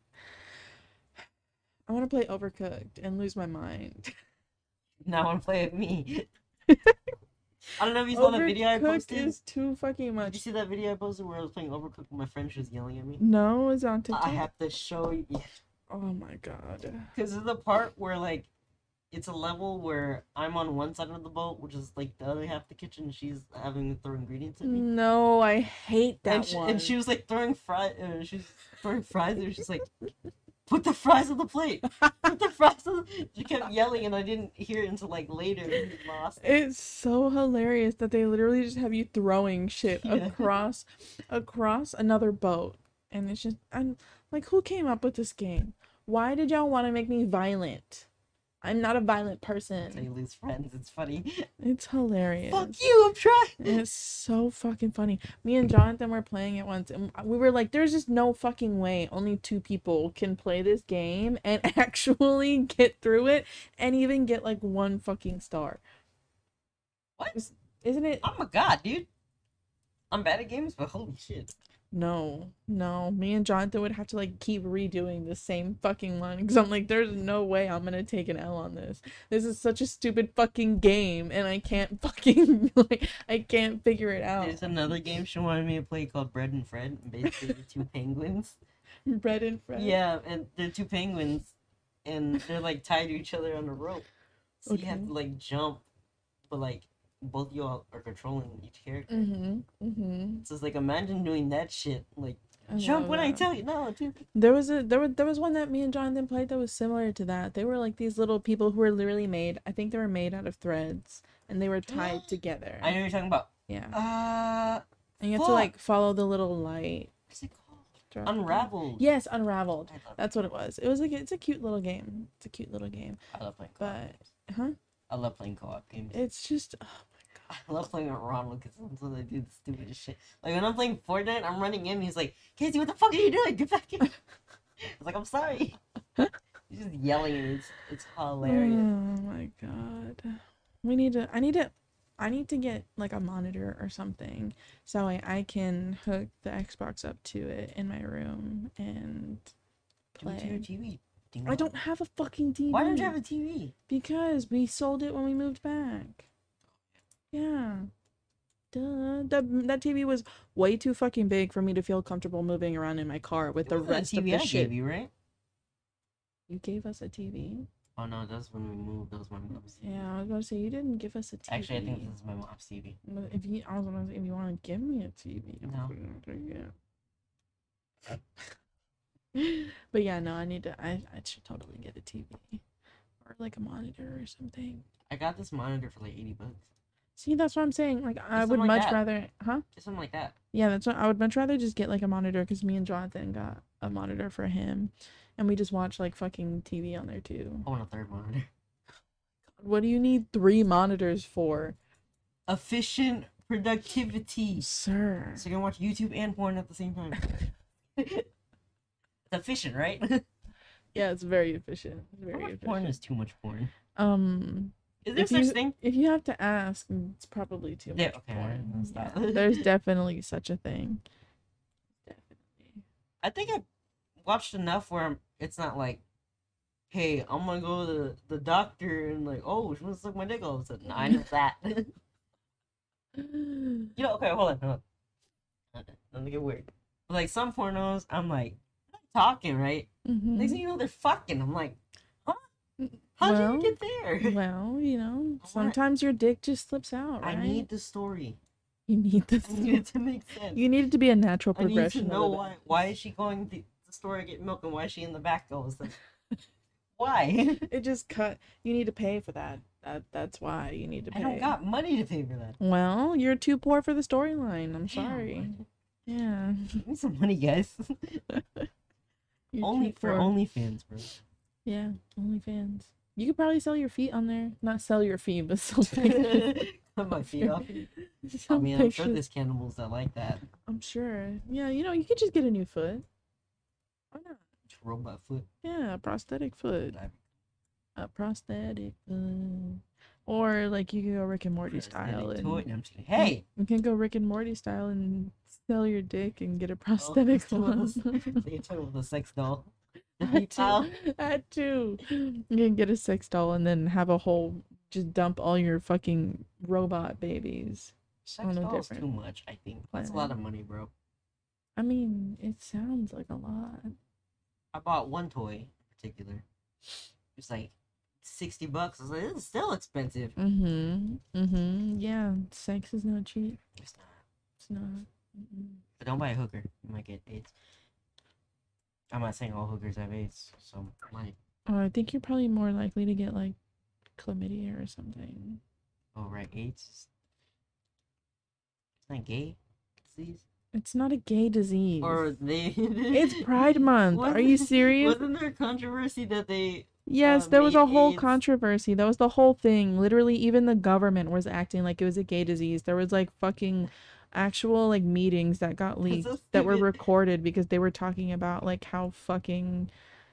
B: I want to play Overcooked and lose my mind.
A: Now I want to play with
B: *laughs*
A: me. I don't know if you saw the video I
B: Overcooked
A: posted.
B: is too fucking
A: Did you
B: much.
A: see that video I posted where I was playing Overcooked and my friend she was yelling at me?
B: No, it's on
A: I
B: TikTok.
A: have to show you *laughs*
B: Oh my god.
A: because it's the part where like it's a level where I'm on one side of the boat, which is like the other half of the kitchen. and She's having to throw ingredients at me.
B: No, I hate Mm, that
A: and, she,
B: one.
A: and she was like throwing fries. Uh, she was throwing fries, and she's like, "Put the fries on the plate. Put the fries." on the... She kept yelling, and I didn't hear it until like later. and we Lost.
B: It's so hilarious that they literally just have you throwing shit
A: Yeah.
B: across across another boat. And it's just I'm like who came up with this game? Why did y'all want to make me violent? I'm not a violent
A: So you
B: person.
A: lose friends. It's funny.
B: It's hilarious.
A: Fuck you! I'm trying.
B: It's so fucking funny. Me and Jonathan were playing it once, and we were like, "There's just no fucking way only two people can play this game and *laughs* actually get through it, and even get like one fucking star."
A: What?
B: Is- Isn't it?
A: Oh my god, dude. I'm bad at games, but holy shit.
B: No, no. Me and Jonathan would have to like keep redoing the same fucking line because I'm like, "There's no way I'm gonna take an L on this. This is such a stupid fucking game, and I can't *laughs* fucking like, I can't figure it out."
A: There's another game she wanted me to play called Bread and Fred. and Basically, the
B: *laughs*
A: two penguins.
B: Bread and Fred.
A: Yeah, and they're two penguins, and they're like tied to each other on a rope. So you have
B: Okay.
A: to like jump, but like both you all are controlling each character.
B: Mhm. Mhm.
A: So it's like imagine doing that shit. Like
B: I
A: jump
B: love
A: when mm-hmm. I
B: that.
A: tell you. No, dude.
B: There was a there was there was one that me and Jonathan played that was similar to that. They were like these little people who were literally made. I think they were made out of threads
A: *gasps*
B: and they were tied together.
A: I know you're talking about.
B: yeah,
A: Uh,
B: and you have to
A: fuck.
B: like follow the little light.
A: what's it called?
B: throughout the game.
A: Unraveled.
B: Yes, unraveled.
A: I love,
B: That's what it was. It was like it's a cute little game. It's a cute little game.
A: I love playing. Co-op
B: But
A: games.
B: huh?
A: I love playing co-op games. *laughs*
B: It's just oh
A: I love playing with Ron because sometimes I do the stupidest shit. Like when I'm playing Fortnite, I'm running in. He's like, Casey, what the fuck are you doing? Get back in. *laughs* I was like, I'm sorry. *laughs* He's just yelling. And it's it's hilarious.
B: Oh my god. We need to I need to I need to get like a monitor or something so I, I can hook the Xbox up to it in my room and
A: Do it to your
B: play.
A: TV. ding
B: I
A: dong.
B: don't have a fucking TV.
A: Why don't you have a TV?
B: Because we sold it when we moved back. Yeah. Duh. That, that TV was way too fucking big for me to feel comfortable moving around in my car with
A: It
B: the
A: wasn't a
B: rest of
A: TV
B: the
A: I
B: shit.
A: gave you, right?
B: You gave us a TV?
A: Oh no, that's when we moved. That was my mom's. TV.
B: Yeah, I was about to say, you didn't give us a TV.
A: Actually, I think this is my mom's TV.
B: Well, If you, I was gonna say, if you want to give me a TV, I'm
A: No.
B: gonna do it. *laughs* but yeah, no, I need to. I, I should totally get a TV or like a monitor or something.
A: I got this monitor for like eighty bucks.
B: See, that's what I'm saying. Like, I would
A: something like
B: much
A: that.
B: rather, huh?
A: Just something like that.
B: Yeah, that's what I would much rather just get like a monitor because me and Jonathan got a monitor for him, and we just watch like fucking TV on there too.
A: I want a third monitor. *laughs*
B: What do you need three monitors for,
A: Efficient productivity.
B: sir?
A: So you can watch YouTube and porn at the same *laughs* time. it's efficient, right?
B: Yeah, it's very efficient. It's
A: How
B: Very
A: much
B: efficient.
A: porn is too much porn?
B: um.
A: Is there
B: If
A: such
B: you-
A: thing?
B: If you have to ask, mm, it's probably too much
A: Yeah, okay, alright,
B: porn.
A: let's stop.
B: Yeah, there's definitely such a thing. Definitely.
A: I think I watched enough where I'm, it's not like, hey, I'm gonna go to the, the doctor and like, oh, she wants to suck my dick all of a sudden.
B: *laughs*
A: I know that. you know, okay, hold on, hold on. Don't get weird. But like some pornos, I'm like, they're talking, right? Next
B: Mhm.
A: thing you know, they're fucking. I'm like, huh? How would
B: Well,
A: you get there?
B: Well, you know, sometimes your dick just slips out, right?
A: I need the story.
B: you need this.
A: I need it to make sense.
B: *laughs* You need it to be a natural
A: I need to
B: progression. of
A: know
B: events.
A: why. Why is she going to the store to get milk, and why is she in the back all of a sudden? *laughs* why?
B: *laughs* It just cut. You need to pay for that. That that's why you need to pay.
A: I don't got money to pay for that.
B: well, you're too poor for the storyline. I'm
A: Damn,
B: sorry.
A: why-
B: Yeah.
A: Give me some money,
B: *laughs*
A: guys.
B: You're
A: only
B: too
A: for
B: poor.
A: OnlyFans,
B: *laughs*
A: bro.
B: Yeah, OnlyFans.
A: *laughs*
B: You could probably sell your feet on there. Not sell your feet, but sell pictures. *laughs*
A: Cut my feet off. I mean, I'm sure there's cannibals that like that.
B: I'm sure. Yeah, you know, you could just get a new foot. Why not?
A: Robot foot.
B: Yeah, a prosthetic foot.
A: Like,
B: A prosthetic foot. Or like you can go Rick and Morty
A: prosthetic
B: style and
A: toy- no, I'm just kidding.
B: *laughs*
A: Hey!
B: you can go Rick and Morty style and sell your dick and get a
A: Oh, *laughs*
B: prosthetic
A: so
B: *laughs* one.
A: You're talking with a sex
B: *laughs*
A: doll.
B: That
A: Tile.
B: *laughs* too. That too. You can get a sex doll and then have a whole just dump all your fucking robot babies.
A: Sex
B: no
A: dolls too
B: different.
A: much, I think. That's a lot of money, bro.
B: I mean, it sounds like a lot.
A: I bought one toy in particular. It's like 60 bucks. I was like, this is still expensive.
B: Mm-hmm. Mm-hmm. Yeah, sex is not cheap.
A: It's not.
B: It's not. Mm-mm.
A: But don't buy a hooker. You might get AIDS. I'm not saying all hookers have AIDS. So, like,
B: Oh, I think you're probably more likely to get like chlamydia or something.
A: oh, right, AIDS. is- It's not gay disease.
B: It's not a gay
A: *laughs*
B: disease.
A: Or they.
B: it's
A: *laughs*
B: Pride Month. Are you
A: Wasn't-
B: serious?
A: Wasn't there controversy that they.
B: Yes,
A: uh,
B: there was a
A: made
B: whole
A: AIDS-
B: controversy. That was the whole thing. Literally, even the government was acting like it was a gay disease. There was like fucking actual like meetings that got leaked
A: so *laughs*
B: that were
A: stupid.
B: recorded because they were talking about like how fucking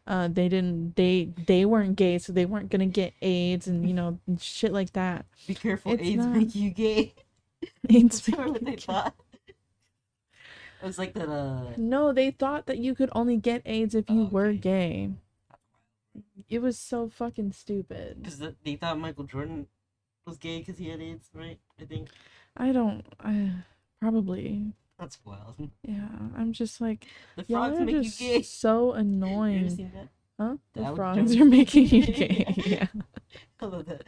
B: uh they didn't they they weren't gay so they weren't gonna get AIDS and you know and shit like that. *laughs*
A: Be careful,
B: It's
A: AIDS
B: not-
A: make you gay.
B: AIDS
A: *laughs* That's what they
B: make-
A: thought. It was like that, uh.
B: No, they thought that you could only get AIDS if you
A: Oh,
B: were
A: okay.
B: gay. It was so fucking stupid.
A: Because they thought Michael Jordan was gay because he had AIDS, right? I think.
B: I don't. I probably.
A: That's wild.
B: Yeah, I'm just like
A: The frogs
B: y'all are
A: make you
B: just
A: gay. *laughs*
B: so
A: You ever
B: annoying.
A: seen that?
B: Huh?
A: That
B: The
A: would
B: frogs
A: jump
B: are making
A: *laughs*
B: you
A: me.
B: gay. *laughs* Yeah.
A: I love that.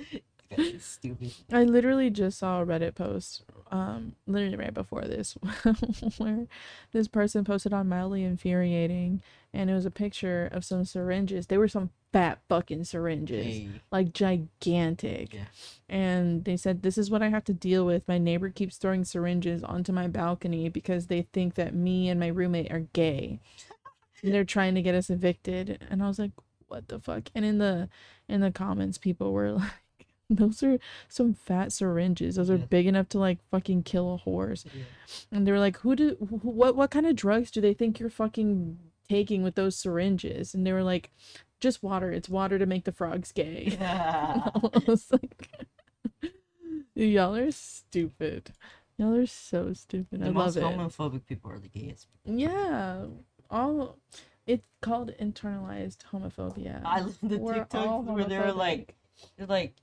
A: That's stupid.
B: I literally just saw a Reddit post, um, literally right before this, *laughs* where this person posted on mildly infuriating, and it was a picture of some syringes. They were some fat fucking syringes. *laughs*
A: Hey,
B: like gigantic.
A: Yeah.
B: And they said, This is what I have to deal with. My neighbor keeps throwing syringes onto my balcony because they think that me and my roommate are gay. and they're trying to get us evicted. And I was like, What the fuck? And in the in the comments people were *laughs* like those are some fat syringes. Those are
A: Yeah.
B: big enough to like fucking kill a horse.
A: yeah.
B: And they were like, "Who do wh- what what kind of drugs do they think you're fucking taking with those syringes?" And they were like, "Just water. It's water to make the frogs gay."
A: Yeah.
B: *laughs* I was like, *laughs* y'all are stupid. Y'all are so stupid. I
A: the
B: love
A: most
B: it.
A: homophobic people are the gayest.
B: Yeah, all it's called internalized homophobia.
A: I love the
B: We're all
A: TikToks where they're like,
B: homophobic.
A: they're like,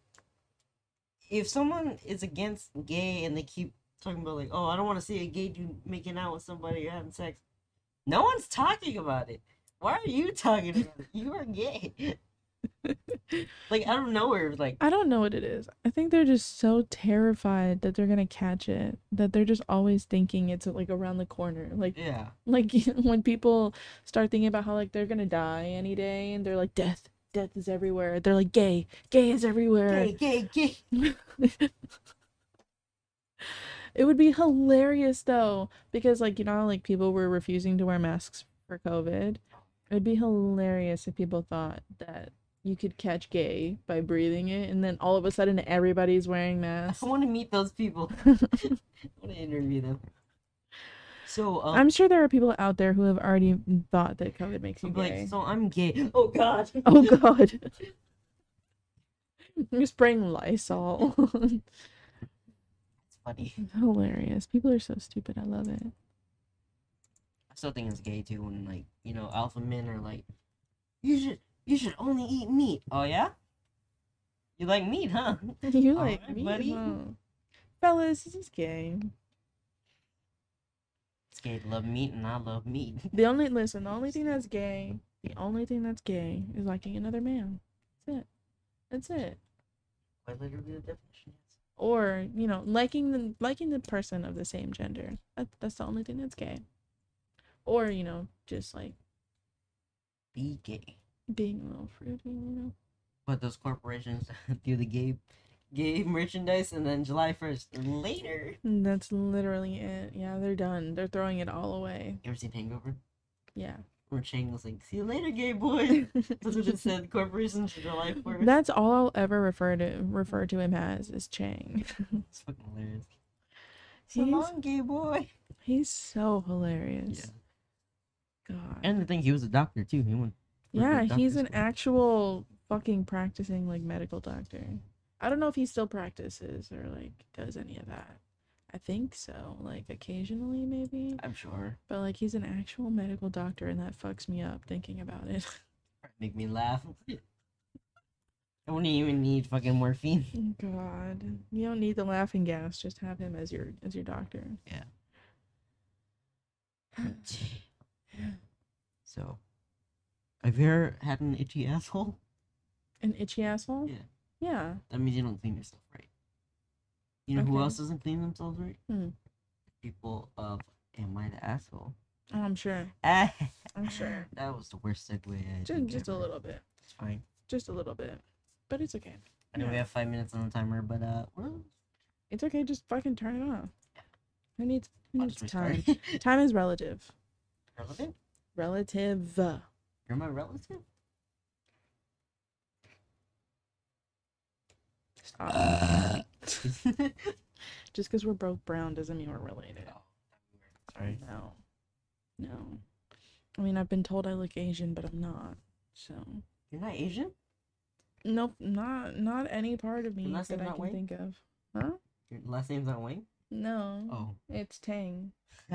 A: if someone is against gay and they keep talking about like, oh, I don't want to see a gay dude making out with somebody or having sex, no one's talking about it. Why are you talking about it? You are
B: *laughs*
A: gay. like out of nowhere, like
B: I don't know what it is. I think they're just so terrified that they're gonna catch it that they're just always thinking it's like around the corner. Like *laughs*
A: yeah,
B: like when people start thinking about how like they're gonna die any day and they're like death, death is everywhere. They're like gay, gay is everywhere.
A: gay, gay,
B: *laughs*
A: gay.
B: It would be hilarious though, because like you know, how, like people were refusing to wear masks for COVID. It'd be hilarious if people thought that you could catch gay by breathing it, and then all of a sudden everybody's wearing masks.
A: I want to meet those
B: *laughs*
A: people. *laughs* I want to interview them. So um,
B: I'm sure there are people out there who have already thought that COVID makes you
A: I'm
B: gay.
A: like, so I'm gay. Oh God.
B: *laughs*
A: *laughs*
B: Oh God. *laughs* You're spraying Lysol. *laughs*
A: It's funny.
B: hilarious. People are so stupid. I love it.
A: I still think it's gay too when like you know alpha men are like, you should you should only eat meat. Oh yeah. You like meat, huh?
B: You're
A: All
B: like
A: right,
B: me,
A: buddy.
B: huh? Fellas, this is gay.
A: It's gay. to Love meat, and I love meat. *laughs*
B: The only listen, the only thing that's gay, the only thing that's gay is liking another man. That's it. That's it.
A: Quite literally the definition.
B: Or you know, liking the liking the person of the same gender. That, that's the only thing that's gay. Or you know, just like
A: Be gay.
B: being a little fruity. You
A: But those corporations *laughs* do the gay, gay merchandise, and then July first later.
B: know, And that's literally it. Yeah, they're done. They're throwing it all away.
A: You ever seen Hangover?
B: Yeah.
A: Where Chang was like, "See you later, gay *laughs* boy." That's
B: *laughs*
A: what it said. Corporations for *laughs* July first.
B: That's all I'll ever refer to refer to him as is Chang. *laughs*
A: It's fucking hilarious. So
B: He's-
A: long, gay boy.
B: He's so hilarious.
A: Yeah.
B: God.
A: And the thing, he was a doctor too. He went. for the
B: yeah, he's
A: doctor's
B: an
A: school.
B: actual fucking practicing like medical doctor. I don't know if he still practices or like does any of that. I think so. Like occasionally maybe.
A: I'm sure.
B: But like he's an actual medical doctor and that fucks me up thinking about it. *laughs*
A: Make me laugh. *laughs* I wouldn't even need fucking morphine.
B: God. You don't need the laughing gas, just have him as your as your doctor.
A: Yeah. So, have you ever had an itchy asshole?
B: *sighs* An itchy asshole?
A: Yeah.
B: Yeah.
A: That means you don't clean yourself right. You know who
B: Okay.
A: else doesn't clean themselves right?
B: Hmm.
A: People of Am I the Asshole?
B: Oh, I'm sure.
A: Ah, *laughs* *sighs*
B: I'm sure.
A: That was the worst segue. I
B: Just,
A: think
B: just a
A: ever.
B: little bit.
A: It's fine.
B: Just a little bit. But it's okay.
A: I know we
B: Yeah.
A: have five minutes on the timer, but uh, well,
B: It's okay, just fucking turn it off. Who needs who
A: I'll
B: needs
A: just
B: time?
A: restart.
B: *laughs* time is relative.
A: Relative?
B: Relative.
A: You're my relative?
B: *laughs*
A: *laughs*
B: Stop. just because we're both brown doesn't mean we're related.
A: Sorry.
B: No. No. I mean I've been told I look Asian, but I'm not. So
A: You're not Asian?
B: Nope, not not any part of me
A: Unless
B: that
A: it's
B: I
A: not
B: can
A: white?
B: think of. Huh?
A: Your last name's not Wayne?
B: No. *laughs*
A: Oh.
B: It's Tang.
A: *laughs*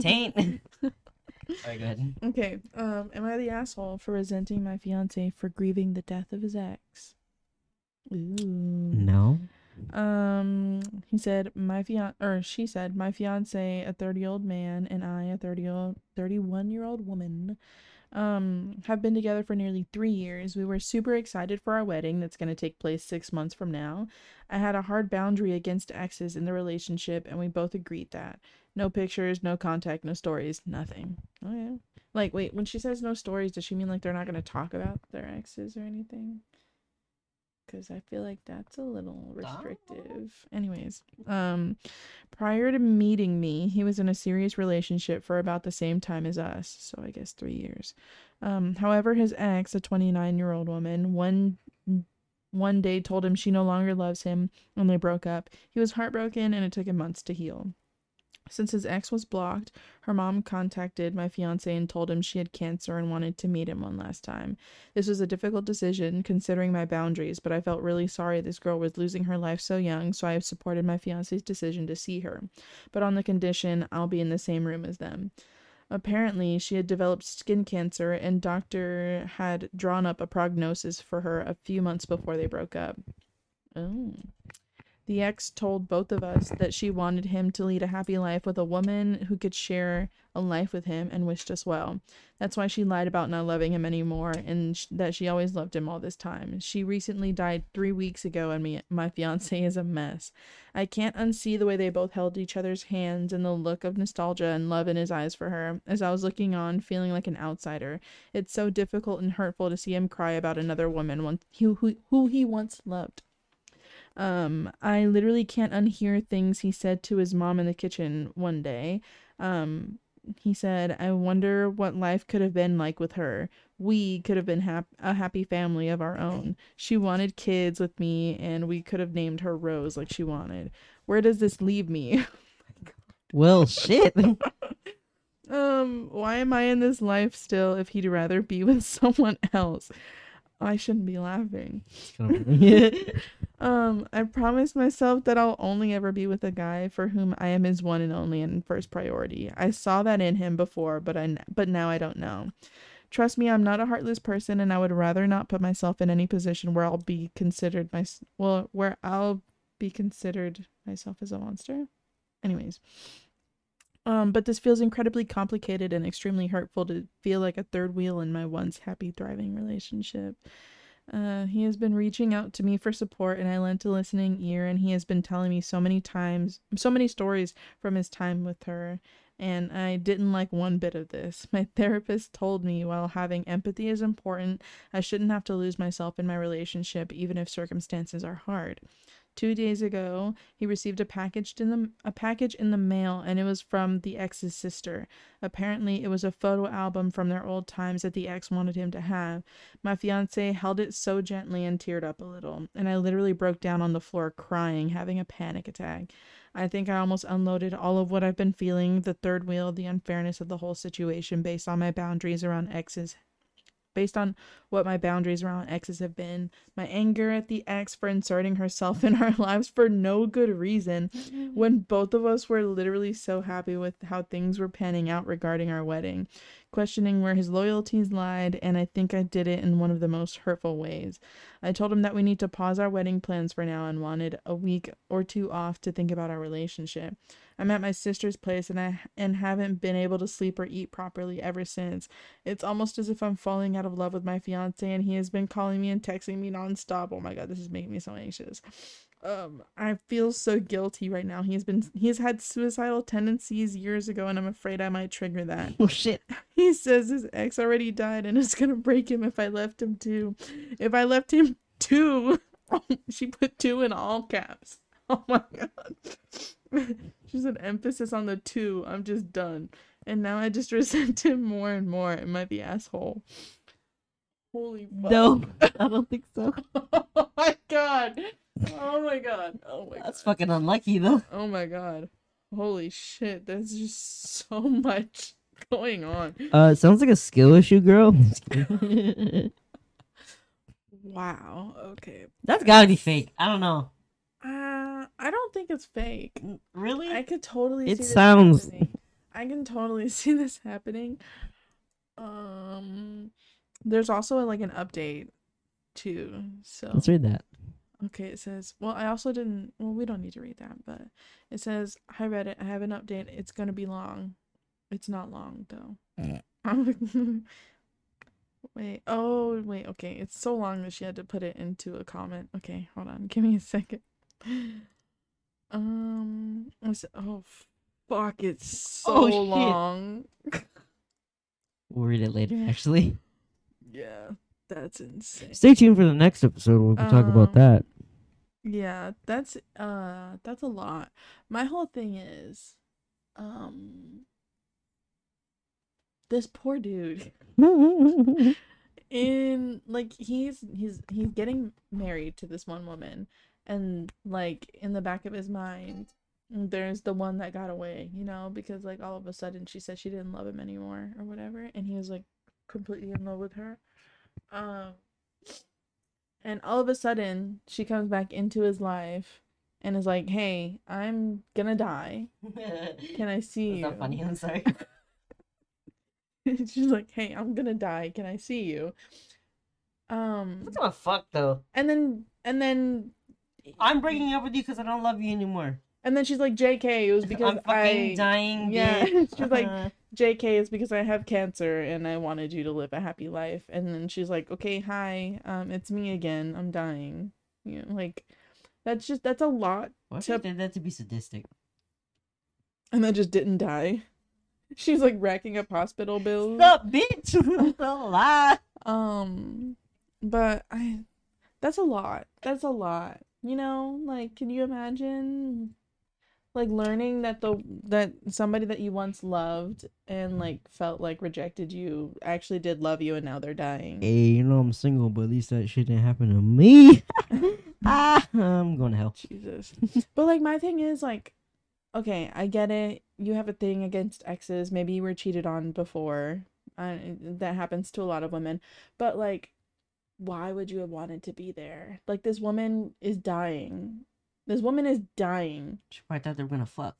A: Taint. Alright, go ahead.
B: *laughs* Okay. Um, am I the asshole for resenting my fiance for grieving the death of his ex? Ooh.
A: No.
B: Um, he said my fian or she said my fiance, a 30-year-old man, and I, a 30-year-old 31-year-old woman, um, have been together for nearly 3 years. We were super excited for our wedding that's going to take place 6 months from now. I had a hard boundary against exes in the relationship and we both agreed that. No pictures, no contact, no stories, nothing. Oh yeah. Like wait, when she says no stories, does she mean like they're not going to talk about their exes or anything? Cuz I feel like that's a little restrictive. Anyways, um prior to meeting me, he was in a serious relationship for about the same time as us, so I guess 3 years. Um however, his ex, a 29-year-old woman, one one day told him she no longer loves him and they broke up. He was heartbroken and it took him months to heal. Since his ex was blocked, her mom contacted my fiance and told him she had cancer and wanted to meet him one last time. This was a difficult decision considering my boundaries, but I felt really sorry this girl was losing her life so young, so I have supported my fiance's decision to see her, but on the condition I'll be in the same room as them. Apparently, she had developed skin cancer, and doctor had drawn up a prognosis for her a few months before they broke up. Oh. The ex told both of us that she wanted him to lead a happy life with a woman who could share a life with him and wished us well. That's why she lied about not loving him anymore and sh- that she always loved him all this time. She recently died three weeks ago, and me, my fiance is a mess. I can't unsee the way they both held each other's hands and the look of nostalgia and love in his eyes for her as I was looking on, feeling like an outsider. It's so difficult and hurtful to see him cry about another woman once, who, who, who he once loved. Um, I literally can't unhear things he said to his mom in the kitchen one day. Um, he said, "I wonder what life could have been like with her. We could have been hap- a happy family of our own. She wanted kids with me, and we could have named her Rose like she wanted. Where does this leave me? *laughs*
A: Well, *laughs* shit.
B: um, why am I in this life still if he'd rather be *laughs* with someone else? I shouldn't be laughing."
A: *laughs*
B: Um, I promised myself that I'll only ever be with a guy for whom I am his one and only and first priority. I saw that in him before, but I n- but now I don't know. Trust me, I'm not a heartless person, and I would rather not put myself in any position where I'll be considered my s- well, where I'll be considered myself as a monster. Anyways, um, but this feels incredibly complicated and extremely hurtful to feel like a third wheel in my once happy, thriving relationship. Uh, he has been reaching out to me for support, and I lent a listening ear. And he has been telling me so many times, so many stories from his time with her. And I didn't like one bit of this. *laughs* My therapist told me while having empathy is important, I shouldn't have to lose myself in my relationship, even if circumstances are hard. Two days ago, he received a package in the a package in the mail, and it was from the ex's sister. Apparently, it was a photo album from their old times that the ex wanted him to have. My fiance held it so gently and teared up a little, and I literally broke down on the floor crying, having a panic attack. I think I almost unloaded all of what I've been feeling, the third wheel, the unfairness of the whole situation based on my boundaries around exes based on what my boundaries around exes have been, my anger at the ex for inserting herself *laughs* in our lives for no good reason, when both of us were literally so happy with how things were panning out regarding our wedding, questioning where his loyalties lied, and I think I did it in one of the most hurtful ways. I told him that we need to pause our wedding plans for now and wanted a week or two off to think about our relationship. I'm at my sister's place and I and haven't been able to sleep or eat properly ever since. It's almost as if I'm falling out of love with my fiance and he has been calling me and texting me nonstop. Oh my god, this is making me so anxious. Um, I feel so guilty right now. He has been he has had suicidal tendencies years ago and I'm afraid I might trigger that.
A: Oh shit.
B: He says his ex already died and it's gonna break him if I left him too. If I left him *laughs* too, she put two in all caps. *laughs* Oh my god. *laughs* She's an emphasis on the two. I'm just done. And now I just *laughs* resent him more and more. Am I the asshole? Holy fuck.
A: No, I don't think so.
B: *laughs* Oh my god. Oh my god. Oh my god.
A: That's fucking unlucky though.
B: Oh my god. Holy shit. That's just so *laughs* much going on.
A: Uh, sounds like a skill issue, *laughs* girl.
B: Wow. Okay.
A: *laughs* That's gotta be fake. I don't know.
B: Uh, I don't think it's fake.
A: N- Really?
B: I could totally see
A: It
B: this
A: sounds-
B: happening. I can totally *laughs* see this happening. Um there's also like an update too. So
A: Let's read that.
B: Okay, it says, well, I also didn't, well, we don't need to read that, but it says, I read it. I have an update. It's going to be long. It's not long, though.
A: Mm.
B: I'm- *laughs* wait, oh, wait, okay. It's so long that she had to put it into a comment. Okay, hold on. *laughs* Give me a second. Um, it's, oh, fuck, it's so
A: Oh, shit.
B: long.
A: We'll read it later, actually.
B: Yeah, that's insane.
A: Stay tuned for the next episode where we talk
B: Um,
A: about that.
B: Yeah, that's uh that's a lot. My whole thing is um this poor dude
A: *laughs*
B: in like he's he's he's getting married to this one woman and like in the back of his mind there's the one that got away, you know, because like all of a sudden she said she didn't love him anymore or whatever and he was like completely in love with her. Um and all of a sudden she comes back into his life and is like, "Hey, I'm going to die. Can I
A: That's
B: see you?"
A: not funny. I'm sorry.
B: *laughs*
A: *laughs*
B: She's like, "Hey, I'm going to die. Can I see you?" Um
A: That's gonna fuck though.
B: and then and then
A: I'm breaking up with you because I don't love you anymore.
B: and then she's like, "JK, it was because
A: I'm fucking
B: I
A: dying.
B: Yeah, *laughs*
A: bitch. *laughs*
B: she's like,
A: Uh-huh.
B: JK is because I have cancer and I wanted you to live a happy life. And then she's like, okay, hi, um, it's me again. I'm dying. You know, like, that's just, that's a lot.
A: What if
B: to-
A: they did that to be sadistic?
B: And I just didn't die. *laughs* She's like racking up hospital bills.
A: Stop, bitch. *laughs* I'm still alive.
B: Um, but I, that's a lot. That's a lot. You know, like, can you imagine, like, learning that the that somebody that you once loved and like felt like rejected you actually did love you and now they're dying.
A: Hey, you know I'm single, but at least that shit didn't happen to me. *laughs*
B: *laughs*
A: ah, I'm going to hell.
B: Jesus. but like my thing is like okay, I get it. You have a thing against exes. Maybe you were cheated on before. Uh, that happens to a lot of women. But like why would you have wanted to be there? Like this woman is dying. This woman is dying.
A: She probably thought they were gonna fuck.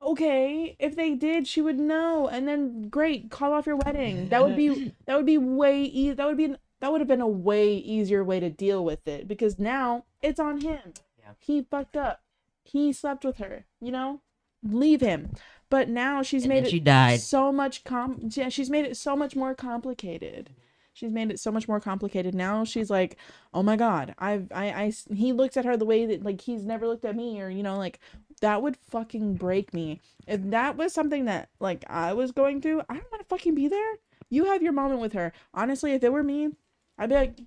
B: Okay, if they did, she would know. And then great, call off your wedding. That would
A: *laughs*
B: be That would be way easy. That would be that would have been a way easier way to deal with it because now it's on him.
A: Yeah.
B: He fucked up. He slept with her. You know, leave him. But now she's
A: And
B: made
A: then
B: it
A: she died.
B: so much com. Yeah, she's made it so much more complicated. She's made it so much more complicated. Now she's like, oh my god, I've I I s- he looks at her the way that like he's never looked at me or you know like that would fucking break me. If that was something that like I was going through, I don't want to fucking be there. You have your moment with her. Honestly, if it were me, I'd be like,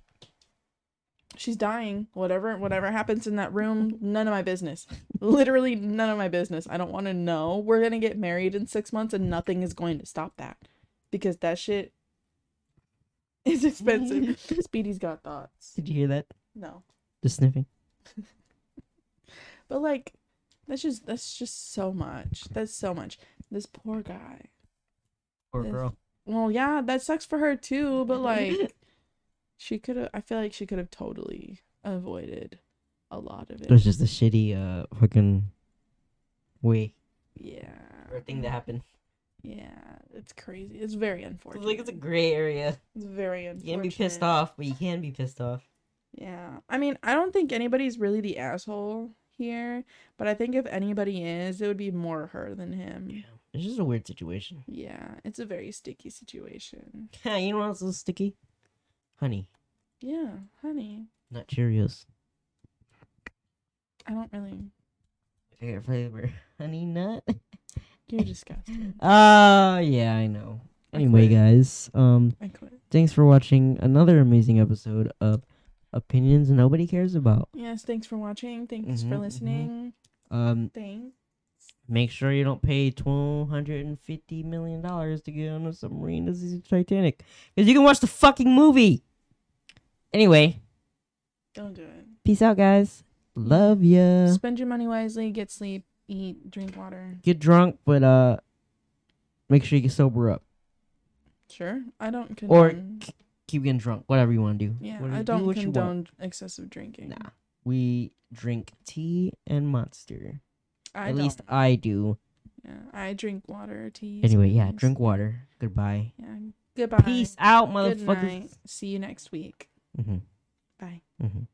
B: she's dying. Whatever whatever happens in that room, none of my business. Literally none of my business. I don't want to know. We're going to get married in 6 months and nothing is going to stop that because that shit is expensive. Speedy's got thoughts.
A: Did you hear that?
B: No.
A: The sniffing.
B: But like that's just that's just so much. That's so much. This poor guy.
A: Poor
B: Yes.
A: girl.
B: Well, yeah, that sucks for her too,
A: *laughs*
B: but like she could have I feel like she could have totally avoided a lot of
A: It was
B: it.
A: just a shitty uh fucking way
B: Yeah.
A: or thing that happened.
B: Yeah, it's crazy. It's very
A: It's
B: unfortunate.
A: like it's a gray area.
B: It's very
A: You
B: unfortunate.
A: can't be pissed off, but you can be pissed off.
B: Yeah. I mean, I don't think anybody's really the asshole here, but I think if anybody is, it would be more her than him.
A: It's just a weird situation. *laughs*
B: Yeah, it's a very sticky situation.
A: Yeah, you know what's so sticky? Honey,
B: Yeah, honey.
A: not Cheerios.
B: I don't really.
A: Favorite flavor, *laughs* honey nut.
B: You're disgusting.
A: Ah, yeah, I know. Anyway,
B: Okay.
A: guys, um,
B: I quit.
A: thanks for watching another amazing episode of Opinions Nobody Cares About.
B: Yes, thanks for watching. Thanks
A: Mhm,
B: for
A: mhm.
B: listening.
A: Um,
B: Thanks.
A: make sure you don't pay two hundred and fifty million dollars to get on a submarine to see Titanic, because you can watch the fucking movie. Anyway,
B: Don't do it.
A: peace out, guys. Love ya.
B: Spend your money wisely, get sleep, eat, drink water.
A: Get drunk, but uh, make sure you get sober up.
B: Sure. I don't condone.
A: Or keep getting drunk, whatever you want to do.
B: yeah,
A: What-
B: I
A: do
B: don't
A: what you want.
B: condone excessive drinking.
A: Nah. We drink tea and monster. At
B: I don't.
A: least I do.
B: Yeah, I drink water, tea.
A: Anyway, yeah,
B: sometimes.
A: drink water. Goodbye.
B: Yeah. Goodbye.
A: Peace out,
B: Good night.
A: motherfuckers.
B: See you next week.
A: Mhm,
B: Bye.
A: mhm.